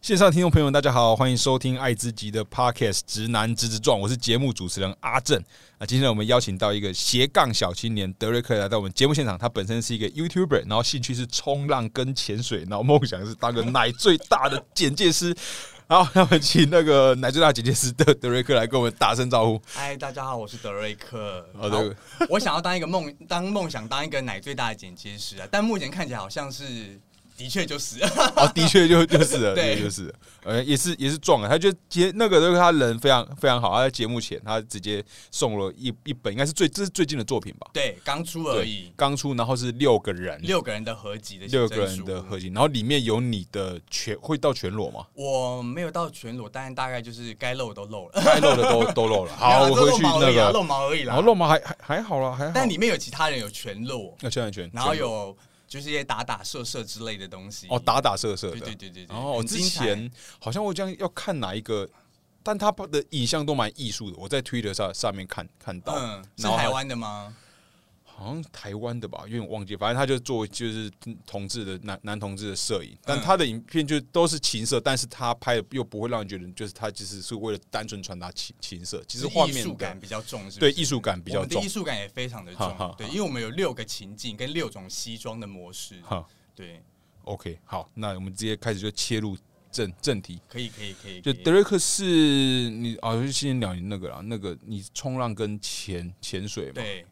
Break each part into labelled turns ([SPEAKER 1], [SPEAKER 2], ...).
[SPEAKER 1] 线上听众朋友们，大家好，欢迎收听爱之极的 Podcast《直男直直撞》，我是节目主持人阿正啊。今天我们邀请到一个斜杠小青年德瑞克来到我们节目现场，他本身是一个 YouTuber，然后兴趣是冲浪跟潜水，然后梦想是当个奶最大的简介师。好，那我们请那个奶最大简介师的德瑞克来跟我们打声招呼。
[SPEAKER 2] 嗨，大家好，我是德瑞克。
[SPEAKER 1] 好的
[SPEAKER 2] 好我想要当一个梦， 当梦想当一个奶最大的剪接师啊，但目前看起来好像是，的确就是。
[SPEAKER 1] 哦，的确就就是了，
[SPEAKER 2] 对
[SPEAKER 1] 的确就是了，呃，也是也是撞了。他就接那个，就是他人非常非常好。他在节目前，他直接送了一一本，应该是最这是最近的作品吧？
[SPEAKER 2] 对，刚出而已，
[SPEAKER 1] 刚出，然后是六个人，
[SPEAKER 2] 六个人的合集的
[SPEAKER 1] 六
[SPEAKER 2] 写
[SPEAKER 1] 个
[SPEAKER 2] 真
[SPEAKER 1] 人
[SPEAKER 2] 书
[SPEAKER 1] 的合集，然后里面有你的全会到全 裸吗？
[SPEAKER 2] 我没有到全裸，但大概就是该露的都露了。
[SPEAKER 1] 该露的都都露了。好，
[SPEAKER 2] 没有
[SPEAKER 1] 我
[SPEAKER 2] 啦
[SPEAKER 1] 回
[SPEAKER 2] 就露
[SPEAKER 1] 去
[SPEAKER 2] 毛而
[SPEAKER 1] 那
[SPEAKER 2] 已啦
[SPEAKER 1] 个，
[SPEAKER 2] 露毛而已
[SPEAKER 1] 然
[SPEAKER 2] 啦。
[SPEAKER 1] 后露毛还还还好了，还好。
[SPEAKER 2] 但里面有其他人有全裸，
[SPEAKER 1] 要圈一圈，
[SPEAKER 2] 然后
[SPEAKER 1] 全裸
[SPEAKER 2] 有就是一些打打射射之类的东西。
[SPEAKER 1] 哦打打射射
[SPEAKER 2] 对
[SPEAKER 1] 的
[SPEAKER 2] 对，对对对。
[SPEAKER 1] 然后
[SPEAKER 2] 很
[SPEAKER 1] 之
[SPEAKER 2] 精彩
[SPEAKER 1] 前好像我这样要看哪一个，但他的影像都蛮艺术的，我在 Twitter 上上面看看到，
[SPEAKER 2] 嗯，是
[SPEAKER 1] 然后
[SPEAKER 2] 台
[SPEAKER 1] 他
[SPEAKER 2] 湾的吗？
[SPEAKER 1] 好像台湾的吧，有点忘记。反正他就做就是同志的男男同志的摄影，
[SPEAKER 2] 嗯
[SPEAKER 1] 但他的影片就都是情色，但是他拍的又不会让人觉得就是他其实是为了单纯传达情情色，其实
[SPEAKER 2] 就是
[SPEAKER 1] 画
[SPEAKER 2] 艺术
[SPEAKER 1] 面
[SPEAKER 2] 感
[SPEAKER 1] 的
[SPEAKER 2] 比较重，是不
[SPEAKER 1] 对
[SPEAKER 2] 是
[SPEAKER 1] 艺术感比较
[SPEAKER 2] 我们的
[SPEAKER 1] 重
[SPEAKER 2] 艺。术感也非常的
[SPEAKER 1] 好好
[SPEAKER 2] 重，对，因为我们有六个情境跟六种西装的模式，
[SPEAKER 1] 好
[SPEAKER 2] 对，
[SPEAKER 1] ，OK，好，那我们直接开始就切入正正题。
[SPEAKER 2] 可以可以可以，
[SPEAKER 1] 就
[SPEAKER 2] 可以
[SPEAKER 1] 德瑞克是你啊，就先聊你那个啦，那个你冲浪跟潜潜水嘛，
[SPEAKER 2] 对，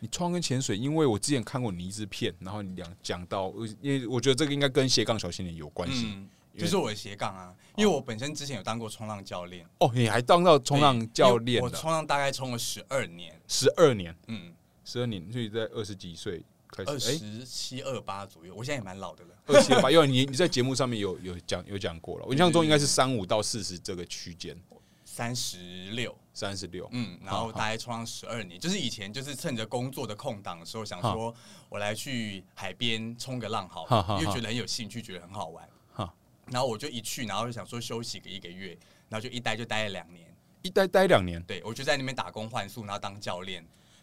[SPEAKER 1] 你冲浪跟潜水，因为我之前看过你一支片，然后你讲讲到，因为我觉得这个应该跟斜杠小青年有关系。
[SPEAKER 2] 嗯，就是我的斜杠啊，因为我本身之前有当过冲浪教练，
[SPEAKER 1] 哦，你还当到冲
[SPEAKER 2] 对
[SPEAKER 1] 浪教
[SPEAKER 2] 因为
[SPEAKER 1] 练
[SPEAKER 2] 我
[SPEAKER 1] 的，
[SPEAKER 2] 冲浪大概冲了十二年，
[SPEAKER 1] 十二年，
[SPEAKER 2] 嗯，
[SPEAKER 1] 十二年，所以在二十几岁开
[SPEAKER 2] 二
[SPEAKER 1] 始，哎，
[SPEAKER 2] 十七二八左右，我现在也蛮老的了，
[SPEAKER 1] 二七八，因为你你在节目上面有有讲有讲过了，我印象中应该是三五到四十这个区间，
[SPEAKER 2] 三十六。
[SPEAKER 1] 三十六，
[SPEAKER 2] 嗯，然后大概冲浪十二年，就是以前就是趁着工作的空档的时候，想说我来去海边冲个浪好
[SPEAKER 1] 哈哈
[SPEAKER 2] 了，
[SPEAKER 1] 哈
[SPEAKER 2] 因为觉得很有兴趣，觉得很好玩
[SPEAKER 1] 哈。
[SPEAKER 2] 然后我就一去，然后就想说休息个一个月，然后就一待就待了两年。
[SPEAKER 1] 一待待两年，
[SPEAKER 2] 对我就在那边打工换宿，然后当教练。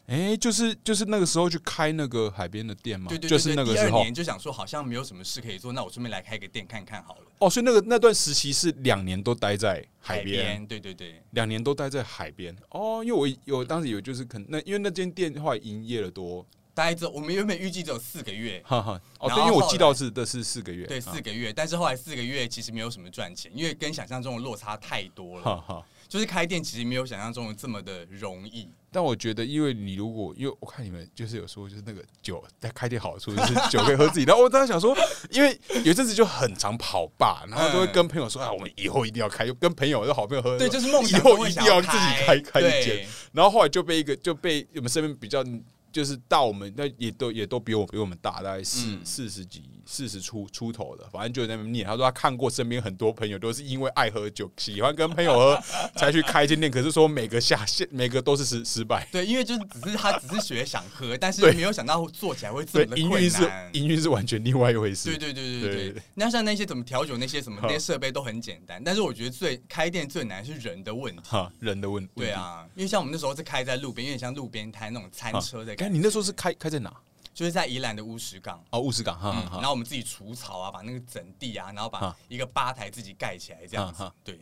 [SPEAKER 1] 哎，就是就是那个时候去开那个海边的店嘛，
[SPEAKER 2] 对对
[SPEAKER 1] 就
[SPEAKER 2] 对
[SPEAKER 1] 是
[SPEAKER 2] 对，
[SPEAKER 1] 那个
[SPEAKER 2] 第
[SPEAKER 1] 时
[SPEAKER 2] 二
[SPEAKER 1] 候，
[SPEAKER 2] 年就想说好像没有什么事可以做，那我顺便来开个店看看好了。
[SPEAKER 1] 哦，所以那个那段时期是两年都待在海边。
[SPEAKER 2] 边，对对对，
[SPEAKER 1] 两年都待在海边哦，因为我有当时有就是可能那因为那间店后来营业了多，
[SPEAKER 2] 待着我们原本预计只有四个月，
[SPEAKER 1] 哈哈哦，
[SPEAKER 2] 然
[SPEAKER 1] 对，
[SPEAKER 2] 后
[SPEAKER 1] 因为我
[SPEAKER 2] 后
[SPEAKER 1] 记
[SPEAKER 2] 来
[SPEAKER 1] 到是的是四个月，
[SPEAKER 2] 对
[SPEAKER 1] 啊
[SPEAKER 2] 四个月，但是后来四个月其实没有什么赚钱，因为跟想象中的落差太多了。
[SPEAKER 1] 哈哈，
[SPEAKER 2] 就是开店其实没有想象中的这么的容易。
[SPEAKER 1] 但我觉得，因为你如果因为我看你们就是有说，就是那个酒在开店好处就是酒可以喝自己。然后我当时想说，因为有一阵子就很常跑吧，然后都会跟朋友说啊，我们以后一定要开，就跟朋友就好朋友喝。
[SPEAKER 2] 对，
[SPEAKER 1] 说
[SPEAKER 2] 就是梦想
[SPEAKER 1] 以后
[SPEAKER 2] 中会
[SPEAKER 1] 一定
[SPEAKER 2] 想
[SPEAKER 1] 要自己
[SPEAKER 2] 开
[SPEAKER 1] 开开一间。
[SPEAKER 2] 对
[SPEAKER 1] 然后后来就被一个就被我们身边比较就是大我们那也都也都比我比我们大，大概四
[SPEAKER 2] 嗯
[SPEAKER 1] 四十几四十出出头的，反正就在那边念。他说他啊看过身边很多朋友都是因为爱喝酒，喜欢跟朋友喝才去开间店，可是说每个下线每个都是失失败。
[SPEAKER 2] 对，因为就是只是他只是学想喝， 但是
[SPEAKER 1] 对
[SPEAKER 2] 没有想到做起来会
[SPEAKER 1] 对
[SPEAKER 2] 这么，的
[SPEAKER 1] 营运
[SPEAKER 2] 困
[SPEAKER 1] 是
[SPEAKER 2] 难。
[SPEAKER 1] 营运是完全另外一回事。
[SPEAKER 2] 对对
[SPEAKER 1] 对
[SPEAKER 2] 对对
[SPEAKER 1] 对
[SPEAKER 2] 对，那像那些怎么调酒那些什么
[SPEAKER 1] 哈
[SPEAKER 2] 那些设备都很简单，但是我觉得最开店最难是人的问题。
[SPEAKER 1] 哈，人的问问题
[SPEAKER 2] 对。啊，因为像我们那时候是开在路边，有点像路边摊那种餐车的
[SPEAKER 1] 看
[SPEAKER 2] 感
[SPEAKER 1] 你
[SPEAKER 2] 觉，
[SPEAKER 1] 那时候是开开在哪？
[SPEAKER 2] 就是在宜兰的乌石港，
[SPEAKER 1] 哦，乌石港，哈
[SPEAKER 2] 嗯
[SPEAKER 1] 哈，哈。
[SPEAKER 2] 然后我们自己除草啊，把那个整地啊，然后把
[SPEAKER 1] 哈
[SPEAKER 2] 一个吧台自己盖起来这样
[SPEAKER 1] 哈
[SPEAKER 2] 子
[SPEAKER 1] 哈，
[SPEAKER 2] 对。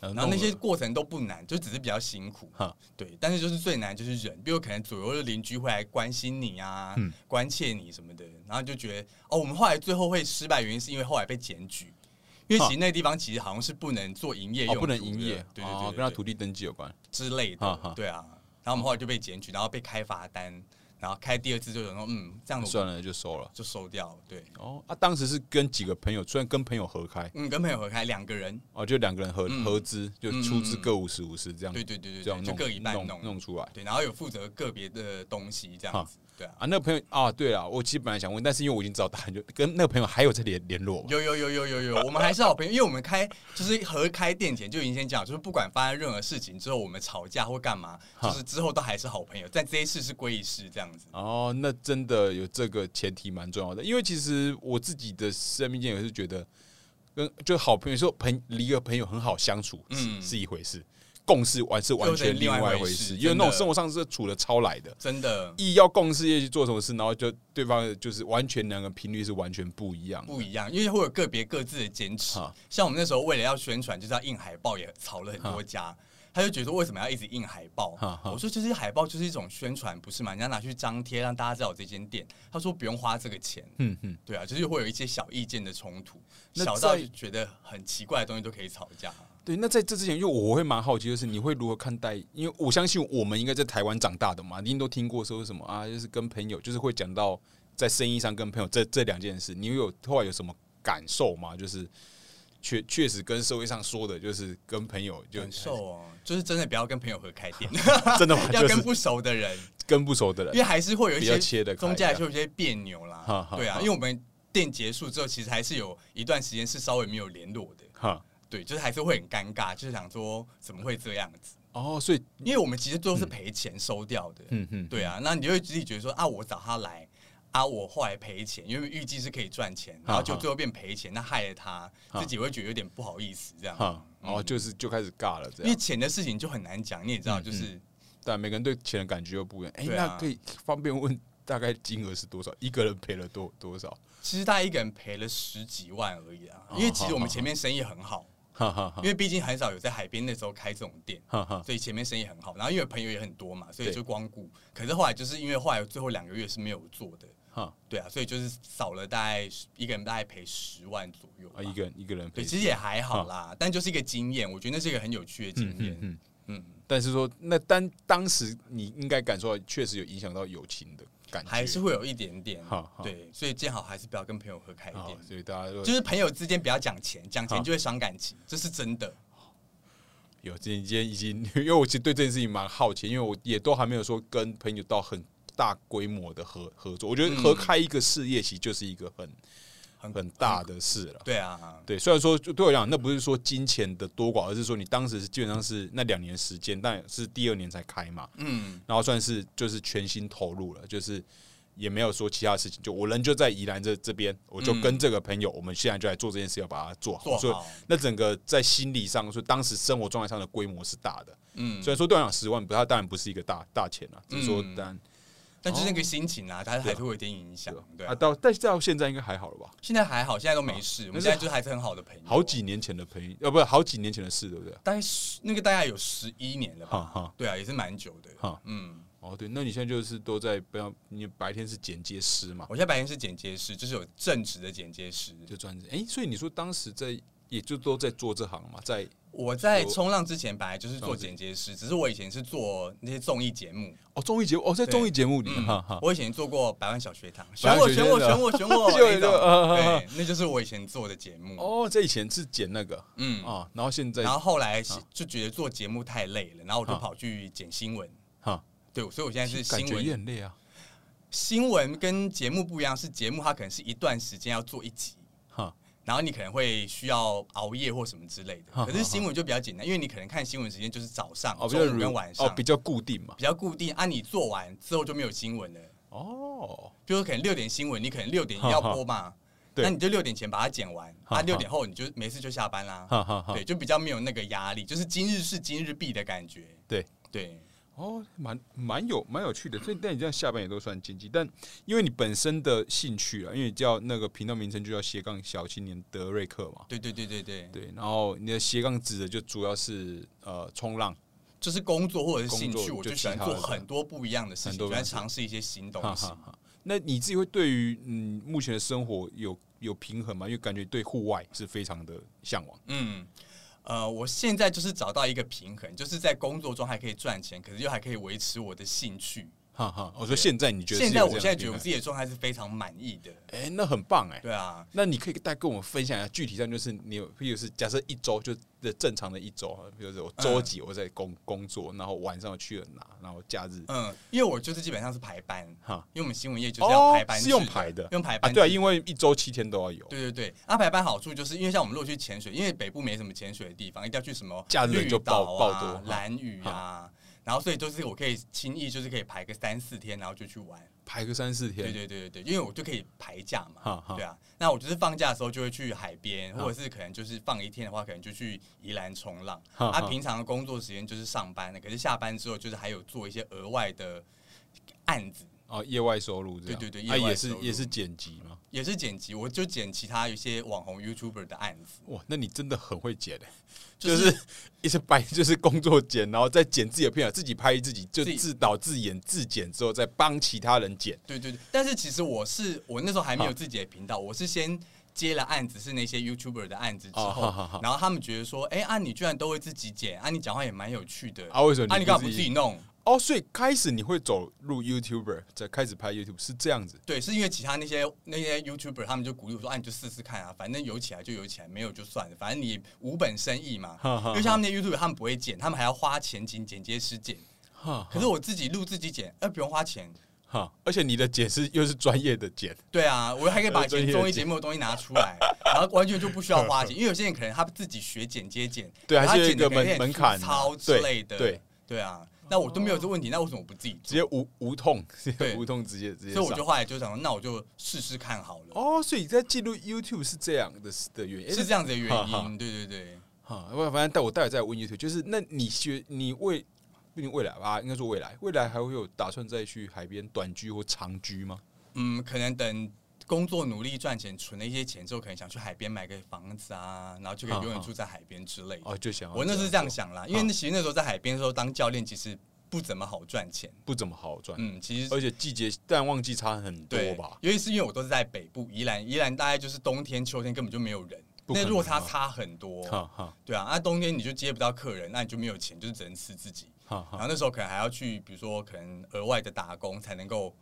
[SPEAKER 1] 然
[SPEAKER 2] 然后那些过程都不难，就只是比较辛苦
[SPEAKER 1] 呃哈。
[SPEAKER 2] 对，但是就是最难就是人，比如可能左右的邻居会来关心你啊，
[SPEAKER 1] 嗯
[SPEAKER 2] 关切你什么的，然后就觉得哦，我们后来最后会失败，原因是因为后来被检举，因为其实那个地方其实好像是不能做营业
[SPEAKER 1] 哦
[SPEAKER 2] 用
[SPEAKER 1] 不
[SPEAKER 2] 途的、
[SPEAKER 1] 能营业，
[SPEAKER 2] 对对对
[SPEAKER 1] 哦跟
[SPEAKER 2] 对
[SPEAKER 1] 他
[SPEAKER 2] 对嗯
[SPEAKER 1] 土地登记有关。
[SPEAKER 2] 之类
[SPEAKER 1] 哈
[SPEAKER 2] 的
[SPEAKER 1] 哈，
[SPEAKER 2] 对啊。然后我们后来就被检举，然后被开罚单，然后开第二次就有说嗯，这样子
[SPEAKER 1] 哦算了，就收了。
[SPEAKER 2] 就收掉了，对。
[SPEAKER 1] 哦，啊，当时是跟几个朋友，虽然跟朋友合开，
[SPEAKER 2] 嗯，跟朋友合开两个人，
[SPEAKER 1] 哦，就两个人合、
[SPEAKER 2] 嗯
[SPEAKER 1] 合资，就出资
[SPEAKER 2] 嗯嗯嗯
[SPEAKER 1] 各五十五十这样，
[SPEAKER 2] 对对对对
[SPEAKER 1] 这
[SPEAKER 2] 对，
[SPEAKER 1] 样
[SPEAKER 2] 就
[SPEAKER 1] 弄
[SPEAKER 2] 各一半
[SPEAKER 1] 弄
[SPEAKER 2] 弄，
[SPEAKER 1] 弄出来
[SPEAKER 2] 对，然后有负责个别的东西这
[SPEAKER 1] 哈
[SPEAKER 2] 样子，对啊。
[SPEAKER 1] 啊。那个朋友啊，对了，我其实本来想问，但是因为我已经知道答案，就跟那个朋友还有在联联络嘛。
[SPEAKER 2] 有有有有有有，我们还是好朋友，因为我们开就是合开店前就已经先讲，就是不管发生任何事情之后，我们吵架或干嘛，
[SPEAKER 1] 哈
[SPEAKER 2] 就是之后都还是好朋友，但这一世是归一世这样子。
[SPEAKER 1] 哦，那真的有这个前提蛮重要的，因为其实我自己的生命经验也是觉得，跟就好朋友说朋离个朋友很好相处，嗯，
[SPEAKER 2] 嗯
[SPEAKER 1] 是一回事。共事完是完全另外一回
[SPEAKER 2] 又是另外一回事
[SPEAKER 1] 事，因为那
[SPEAKER 2] 真
[SPEAKER 1] 种
[SPEAKER 2] 的
[SPEAKER 1] 生活上是处的超来的。
[SPEAKER 2] 真的
[SPEAKER 1] 一要共事业去做什么事，然后就对方就是完全两个频率是完全不一样的。
[SPEAKER 2] 不一样，因为会有个别各自的坚持
[SPEAKER 1] 哈。
[SPEAKER 2] 像我们那时候为了要宣传，就是要印海报，也吵了很多家。他就觉得为什么要一直印海报
[SPEAKER 1] 哈哈？
[SPEAKER 2] 我说就是海报就是一种宣传，不是嘛？人家拿去张贴，让大家知道有这间店。他说不用花这个钱，
[SPEAKER 1] 嗯嗯，
[SPEAKER 2] 对啊，就是会有一些小意见的冲突，
[SPEAKER 1] 那
[SPEAKER 2] 小到
[SPEAKER 1] 在
[SPEAKER 2] 就觉得很奇怪的东西都可以吵架。
[SPEAKER 1] 对。那在这之前，因为我会蛮好奇，就是你会如何看待？因为我相信我们应该在台湾长大的嘛，一定都听过说什么啊，就是跟朋友，就是会讲到在生意上跟朋友这这两件事，你有后来有什么感受吗？就是确确实跟社会上说的，就是跟朋友就
[SPEAKER 2] 感受哦，就是真的不要跟朋友合开店，
[SPEAKER 1] 真的吗
[SPEAKER 2] 要
[SPEAKER 1] 就是
[SPEAKER 2] 跟不熟的人，
[SPEAKER 1] 跟不熟的人
[SPEAKER 2] 因为还是会有一
[SPEAKER 1] 比较
[SPEAKER 2] 些
[SPEAKER 1] 切得开
[SPEAKER 2] 中间还是会有一些别扭
[SPEAKER 1] 哈
[SPEAKER 2] 啦
[SPEAKER 1] 哈。
[SPEAKER 2] 对啊
[SPEAKER 1] 哈，
[SPEAKER 2] 因为我们店结束之后，其实还是有一段时间是稍微没有联络的，
[SPEAKER 1] 哈
[SPEAKER 2] 对，就是还是会很尴尬，就是想说怎么会这样子？
[SPEAKER 1] 哦，所以
[SPEAKER 2] 因为我们其实都是赔钱收掉的，
[SPEAKER 1] 嗯嗯，
[SPEAKER 2] 对啊，那你就会自己觉得说啊，我找他来。啊！我后来赔钱，因为预计是可以赚钱，然后
[SPEAKER 1] 哈
[SPEAKER 2] 就
[SPEAKER 1] 哈
[SPEAKER 2] 最后变赔钱，那害了他，自己会觉得有点不好意思，这样。
[SPEAKER 1] 哈，啊然
[SPEAKER 2] 嗯
[SPEAKER 1] 后就是就开始尬了这
[SPEAKER 2] 因为
[SPEAKER 1] 样。
[SPEAKER 2] 钱的事情就很难讲，你也
[SPEAKER 1] 嗯
[SPEAKER 2] 知道，就是
[SPEAKER 1] 但每个人对钱的感觉又不一样。哎，
[SPEAKER 2] 对啊
[SPEAKER 1] 那可以方便问大概金额是多少？一个人赔了多多少？
[SPEAKER 2] 其实大家一个人赔了十几万而已
[SPEAKER 1] 哦
[SPEAKER 2] 啊。因为其实我们前面生意很好，
[SPEAKER 1] 哈哈哈
[SPEAKER 2] 因为毕竟很少有在海边那时候开这种店，
[SPEAKER 1] 哈哈。
[SPEAKER 2] 所以前面生意很好。然后因为朋友也很多嘛，所以
[SPEAKER 1] 对
[SPEAKER 2] 就光顾。可是后来就是因为后来最后两个月是没有做的，
[SPEAKER 1] 哈
[SPEAKER 2] 对啊，所以就是少了大概一个人大概赔十万左右吧
[SPEAKER 1] 啊，一个人一个人
[SPEAKER 2] 对，
[SPEAKER 1] 赔。
[SPEAKER 2] 其实也还好啦，但就是一个经验，我觉得那是一个很有趣的经验。
[SPEAKER 1] 嗯嗯。
[SPEAKER 2] 嗯
[SPEAKER 1] 但是说，那当当时你应该感受到，确实有影响到友情的感觉。
[SPEAKER 2] 还是会有一点点
[SPEAKER 1] 嗯好好，
[SPEAKER 2] 对，所以见好还是不要跟朋友合开一
[SPEAKER 1] 啊
[SPEAKER 2] 点，，
[SPEAKER 1] 所以大家就
[SPEAKER 2] 就是朋友之间不要讲钱，讲
[SPEAKER 1] 好
[SPEAKER 2] 钱就会伤感情，这是真的。
[SPEAKER 1] 有今天已经， 因为我其实对这件事情蛮好奇，因为我也都还没有说跟朋友到很大规模的合合作。我觉得合开一个事业，其实就是一个很
[SPEAKER 2] 嗯很
[SPEAKER 1] 很大的事了。
[SPEAKER 2] 对啊，
[SPEAKER 1] 对，虽然说就对我来讲，那不是说金钱的多寡，而是说你当时是基本上是那两年时间，但是第二年才开嘛，
[SPEAKER 2] 嗯，
[SPEAKER 1] 然后算是就是全心投入了，就是也没有说其他事情，就我人就在宜兰这这边，我就跟这个朋友，我们现在就来做这件事，要把它做好。
[SPEAKER 2] 嗯做好
[SPEAKER 1] 所以那整个在心理上，说当时生活状态上的规模是大的，
[SPEAKER 2] 嗯
[SPEAKER 1] 虽然说对我来讲十万不，它当然不是一个大大钱了，只是说
[SPEAKER 2] 嗯
[SPEAKER 1] 当然
[SPEAKER 2] 但就是那个心情啊，它还
[SPEAKER 1] 对啊
[SPEAKER 2] 是会有一点影响。对啊
[SPEAKER 1] 啊，，到但是到现在应该还好了吧？
[SPEAKER 2] 现在还好，现在都没事，
[SPEAKER 1] 但
[SPEAKER 2] 我们
[SPEAKER 1] 是
[SPEAKER 2] 现在就是还是很好的朋友。
[SPEAKER 1] 啊好几年前的朋友，呃，不是好几年前的事，对不对？
[SPEAKER 2] 大概十那个大概有十一年了
[SPEAKER 1] 哈
[SPEAKER 2] 吧？
[SPEAKER 1] 哈。
[SPEAKER 2] 对啊，也是蛮久的。
[SPEAKER 1] 哈
[SPEAKER 2] 嗯，
[SPEAKER 1] 哦，对，那你现在就是都在不要，你白天是剪接师嘛，
[SPEAKER 2] 我现在白天是剪接师，就是有正职的剪接师。
[SPEAKER 1] 就专职。哎、所以你说当时在也就都在做这行嘛，在
[SPEAKER 2] 我在冲浪之前本来就是做剪接师，只是我以前是做那些综艺节目。
[SPEAKER 1] 哦综艺节目哦，在
[SPEAKER 2] 对
[SPEAKER 1] 综艺节目里面，
[SPEAKER 2] 嗯
[SPEAKER 1] 哈哈，。
[SPEAKER 2] 我以前做过《百万小学堂》，
[SPEAKER 1] 百
[SPEAKER 2] 选
[SPEAKER 1] 万
[SPEAKER 2] 我，
[SPEAKER 1] 小
[SPEAKER 2] 选
[SPEAKER 1] 学
[SPEAKER 2] 我，
[SPEAKER 1] 堂
[SPEAKER 2] 选我，选我
[SPEAKER 1] 就有
[SPEAKER 2] 那
[SPEAKER 1] 一个呃呃
[SPEAKER 2] 种。对，那就是我以前做的节目。
[SPEAKER 1] 哦，在以前是剪那个
[SPEAKER 2] 嗯，
[SPEAKER 1] 啊，然后现在
[SPEAKER 2] 然后后来是
[SPEAKER 1] 啊
[SPEAKER 2] 就觉得做节目太累了，然后我就
[SPEAKER 1] 啊
[SPEAKER 2] 跑去剪新闻。
[SPEAKER 1] 哈，
[SPEAKER 2] 对，所以我现在是
[SPEAKER 1] 感
[SPEAKER 2] 新
[SPEAKER 1] 觉也
[SPEAKER 2] 闻。
[SPEAKER 1] 很累啊，
[SPEAKER 2] 新闻跟节目不一样，是节目它可能是一段时间要做一集，
[SPEAKER 1] 哈，
[SPEAKER 2] 然后你可能会需要熬夜或什么之类的。
[SPEAKER 1] 哈哈
[SPEAKER 2] 可是新闻就比较简单，因为你可能看新闻时间就是早上、
[SPEAKER 1] 哦，比较
[SPEAKER 2] 中午
[SPEAKER 1] re-
[SPEAKER 2] 跟晚上，
[SPEAKER 1] 哦，比较固定嘛，
[SPEAKER 2] 比较固定。啊，你做完之后就没有新闻了。
[SPEAKER 1] 哦，
[SPEAKER 2] 比如说可能六点新闻，你可能六点
[SPEAKER 1] 哈哈
[SPEAKER 2] 要播嘛，
[SPEAKER 1] 对
[SPEAKER 2] 那你就六点前把它剪完，
[SPEAKER 1] 哈哈
[SPEAKER 2] 啊，六点后你就没事就下班啦。
[SPEAKER 1] 哈哈哈
[SPEAKER 2] 对，，就比较没有那个压力，就是今日事今日毕的感觉。
[SPEAKER 1] 对
[SPEAKER 2] 对，
[SPEAKER 1] 哦，蛮蛮有蛮有趣的，所以但你这样下班也都算经济，但因为你本身的兴趣啊，因为叫那个频道名称就叫斜杠小青年德瑞克嘛，
[SPEAKER 2] 对对对对对，
[SPEAKER 1] 对，然后你的斜杠指的就主要是呃冲浪，
[SPEAKER 2] 就是工作或者是兴
[SPEAKER 1] 工
[SPEAKER 2] 趣，
[SPEAKER 1] 作
[SPEAKER 2] 我就
[SPEAKER 1] 就
[SPEAKER 2] 喜欢
[SPEAKER 1] 其他
[SPEAKER 2] 做
[SPEAKER 1] 的
[SPEAKER 2] 很多不一样的事
[SPEAKER 1] 很
[SPEAKER 2] 情，
[SPEAKER 1] 多不
[SPEAKER 2] 喜
[SPEAKER 1] 一样的
[SPEAKER 2] 欢
[SPEAKER 1] 事情
[SPEAKER 2] 尝试一些新东
[SPEAKER 1] 哈
[SPEAKER 2] 西
[SPEAKER 1] 哈。哈。那你自己会对于嗯目前的生活有有平衡吗？因为感觉对户外是非常的向往。
[SPEAKER 2] 嗯，呃，我现在就是找到一个平衡，就是在工作中还可以赚钱，可是又还可以维持我的兴趣。
[SPEAKER 1] 哈哈，我说现在你觉得是有
[SPEAKER 2] 现在
[SPEAKER 1] 这样
[SPEAKER 2] 我
[SPEAKER 1] 的
[SPEAKER 2] 现在觉得我
[SPEAKER 1] 平
[SPEAKER 2] 自己的状态是非常满意的。
[SPEAKER 1] 衡，哎、那很棒哎、
[SPEAKER 2] 对啊，
[SPEAKER 1] 那你可以再跟我们分享一下，具体上就是你有，譬如是假设一周就的正常的一周，比如说我
[SPEAKER 2] 嗯
[SPEAKER 1] 周几我在工、工作，然后晚上我去了哪，然后假日
[SPEAKER 2] 嗯，因为我就是基本上是排班，
[SPEAKER 1] 哈
[SPEAKER 2] 因为我们新闻业就是要排班
[SPEAKER 1] 哦
[SPEAKER 2] 制、
[SPEAKER 1] 是用排的
[SPEAKER 2] 用排
[SPEAKER 1] 啊，
[SPEAKER 2] 班制、
[SPEAKER 1] 对啊，因为一周七天都要有，
[SPEAKER 2] 对对对，啊，排班好处就是因为像我们如果去潜水，因为北部没什么潜水的地方，一定要去什么
[SPEAKER 1] 假日
[SPEAKER 2] 绿
[SPEAKER 1] 就
[SPEAKER 2] 岛
[SPEAKER 1] 爆
[SPEAKER 2] 啊、
[SPEAKER 1] 爆多
[SPEAKER 2] 蓝屿啊，然后所以就是我可以轻易就是可以排个三四天，然后就去玩。
[SPEAKER 1] 排个三四
[SPEAKER 2] 对
[SPEAKER 1] 天，
[SPEAKER 2] 对对对对，因为我就可以排假
[SPEAKER 1] 哈
[SPEAKER 2] 嘛
[SPEAKER 1] 哈，
[SPEAKER 2] 对啊。那我就是放假的时候就会去海边，
[SPEAKER 1] 哈
[SPEAKER 2] 或者是可能就是放一天的话，可能就去宜兰冲浪。
[SPEAKER 1] 哈哈
[SPEAKER 2] 他平常的工作时间就是上班的，可是下班之后就是还有做一些额外的案子，
[SPEAKER 1] 哦，业外收入这样，
[SPEAKER 2] 对对对
[SPEAKER 1] 啊
[SPEAKER 2] 业外
[SPEAKER 1] 也是
[SPEAKER 2] 收入
[SPEAKER 1] 也是剪辑嘛，
[SPEAKER 2] 也是剪辑，我就剪其他一些网红 YouTuber 的案子，
[SPEAKER 1] 哇，那你真的很会剪诶、欸
[SPEAKER 2] 就
[SPEAKER 1] 就是是一直白 就是工作剪，然后再剪自己的片，啊自己拍自己，就
[SPEAKER 2] 自己
[SPEAKER 1] 自导自演自剪之后，再帮其他人剪。
[SPEAKER 2] 对对对，但是其实我是我那时候还没有自己的频道，我是先接了案子，是那些 YouTuber 的案子之
[SPEAKER 1] 哦
[SPEAKER 2] 后，
[SPEAKER 1] 好好好
[SPEAKER 2] 然后他们觉得说，哎、啊你居然都会自己剪，啊你讲话也蛮有趣的，
[SPEAKER 1] 啊为什么你
[SPEAKER 2] 啊你干嘛
[SPEAKER 1] 不
[SPEAKER 2] 不
[SPEAKER 1] 自
[SPEAKER 2] 自
[SPEAKER 1] 己
[SPEAKER 2] 己弄？
[SPEAKER 1] 哦，所以开始你会走入 YouTuber，再开始拍 YouTube 是这样子。
[SPEAKER 2] 对，是因为其他那些那些 YouTuber 他们就鼓励我说，啊你就试试看啊，反正有起来就有起来，没有就算了，反正你无本生意嘛。
[SPEAKER 1] 哈哈
[SPEAKER 2] 因为像他们那些 YouTuber 他们不会剪，他们还要花钱请剪接师剪，
[SPEAKER 1] 哈
[SPEAKER 2] 可是我自己录自己剪，哎、不用花钱。
[SPEAKER 1] 哈，而且你的剪是又是专业的剪，
[SPEAKER 2] 对啊，我还可以 把前综艺节目的东西拿出来， 然后完全就不需要 花钱，因为有些人可能他自己学剪接剪，
[SPEAKER 1] 对
[SPEAKER 2] 然后
[SPEAKER 1] 还
[SPEAKER 2] 他
[SPEAKER 1] 是有
[SPEAKER 2] 剪的
[SPEAKER 1] 一个门
[SPEAKER 2] 可能
[SPEAKER 1] 门槛啊
[SPEAKER 2] 超之类的，
[SPEAKER 1] 对对哦
[SPEAKER 2] 对啊，那我都没有这问题，那为什么我不自己
[SPEAKER 1] 直
[SPEAKER 2] 做？
[SPEAKER 1] 接无无痛，直接
[SPEAKER 2] 对
[SPEAKER 1] 无痛直接直接
[SPEAKER 2] 所
[SPEAKER 1] 上。
[SPEAKER 2] 以我就后来就想说，那我就试试看好了，
[SPEAKER 1] 哦，所以在进入 YouTube 是这样的的原因，
[SPEAKER 2] 是这样子的
[SPEAKER 1] 哈
[SPEAKER 2] 原
[SPEAKER 1] 哈
[SPEAKER 2] 因，对对对。
[SPEAKER 1] 哈，我反正但我待会再问 YouTube，就是那你学你未不仅未来吧，应该说未来，未来还会有打算再去海边短居或长居吗？
[SPEAKER 2] 嗯，可能等工作努力赚钱，存了一些钱之后，可能想去海边买个房子啊，然后就可以永远住在海边之类的。
[SPEAKER 1] 哦，就想要
[SPEAKER 2] 我那是
[SPEAKER 1] 样
[SPEAKER 2] 这样想啦，因为那其实那时候在海边的时候当教练，其实不怎么好赚钱。
[SPEAKER 1] 不怎么好赚，
[SPEAKER 2] 嗯，其实
[SPEAKER 1] 而且季节淡旺季差很多
[SPEAKER 2] 对
[SPEAKER 1] 吧？，
[SPEAKER 2] 尤其是因为我都是在北部宜兰，宜兰大概就是冬天、秋天根本就没有人，
[SPEAKER 1] 不可
[SPEAKER 2] 那
[SPEAKER 1] 能
[SPEAKER 2] 落差
[SPEAKER 1] 啊
[SPEAKER 2] 差很多。
[SPEAKER 1] 哈哈
[SPEAKER 2] 对啊，那、冬天你就接不到客人，那你就没有钱，就是只能吃自己。
[SPEAKER 1] 哈
[SPEAKER 2] 然
[SPEAKER 1] 哈
[SPEAKER 2] 后那时候可能还要去，比如说可能额外的打工才能够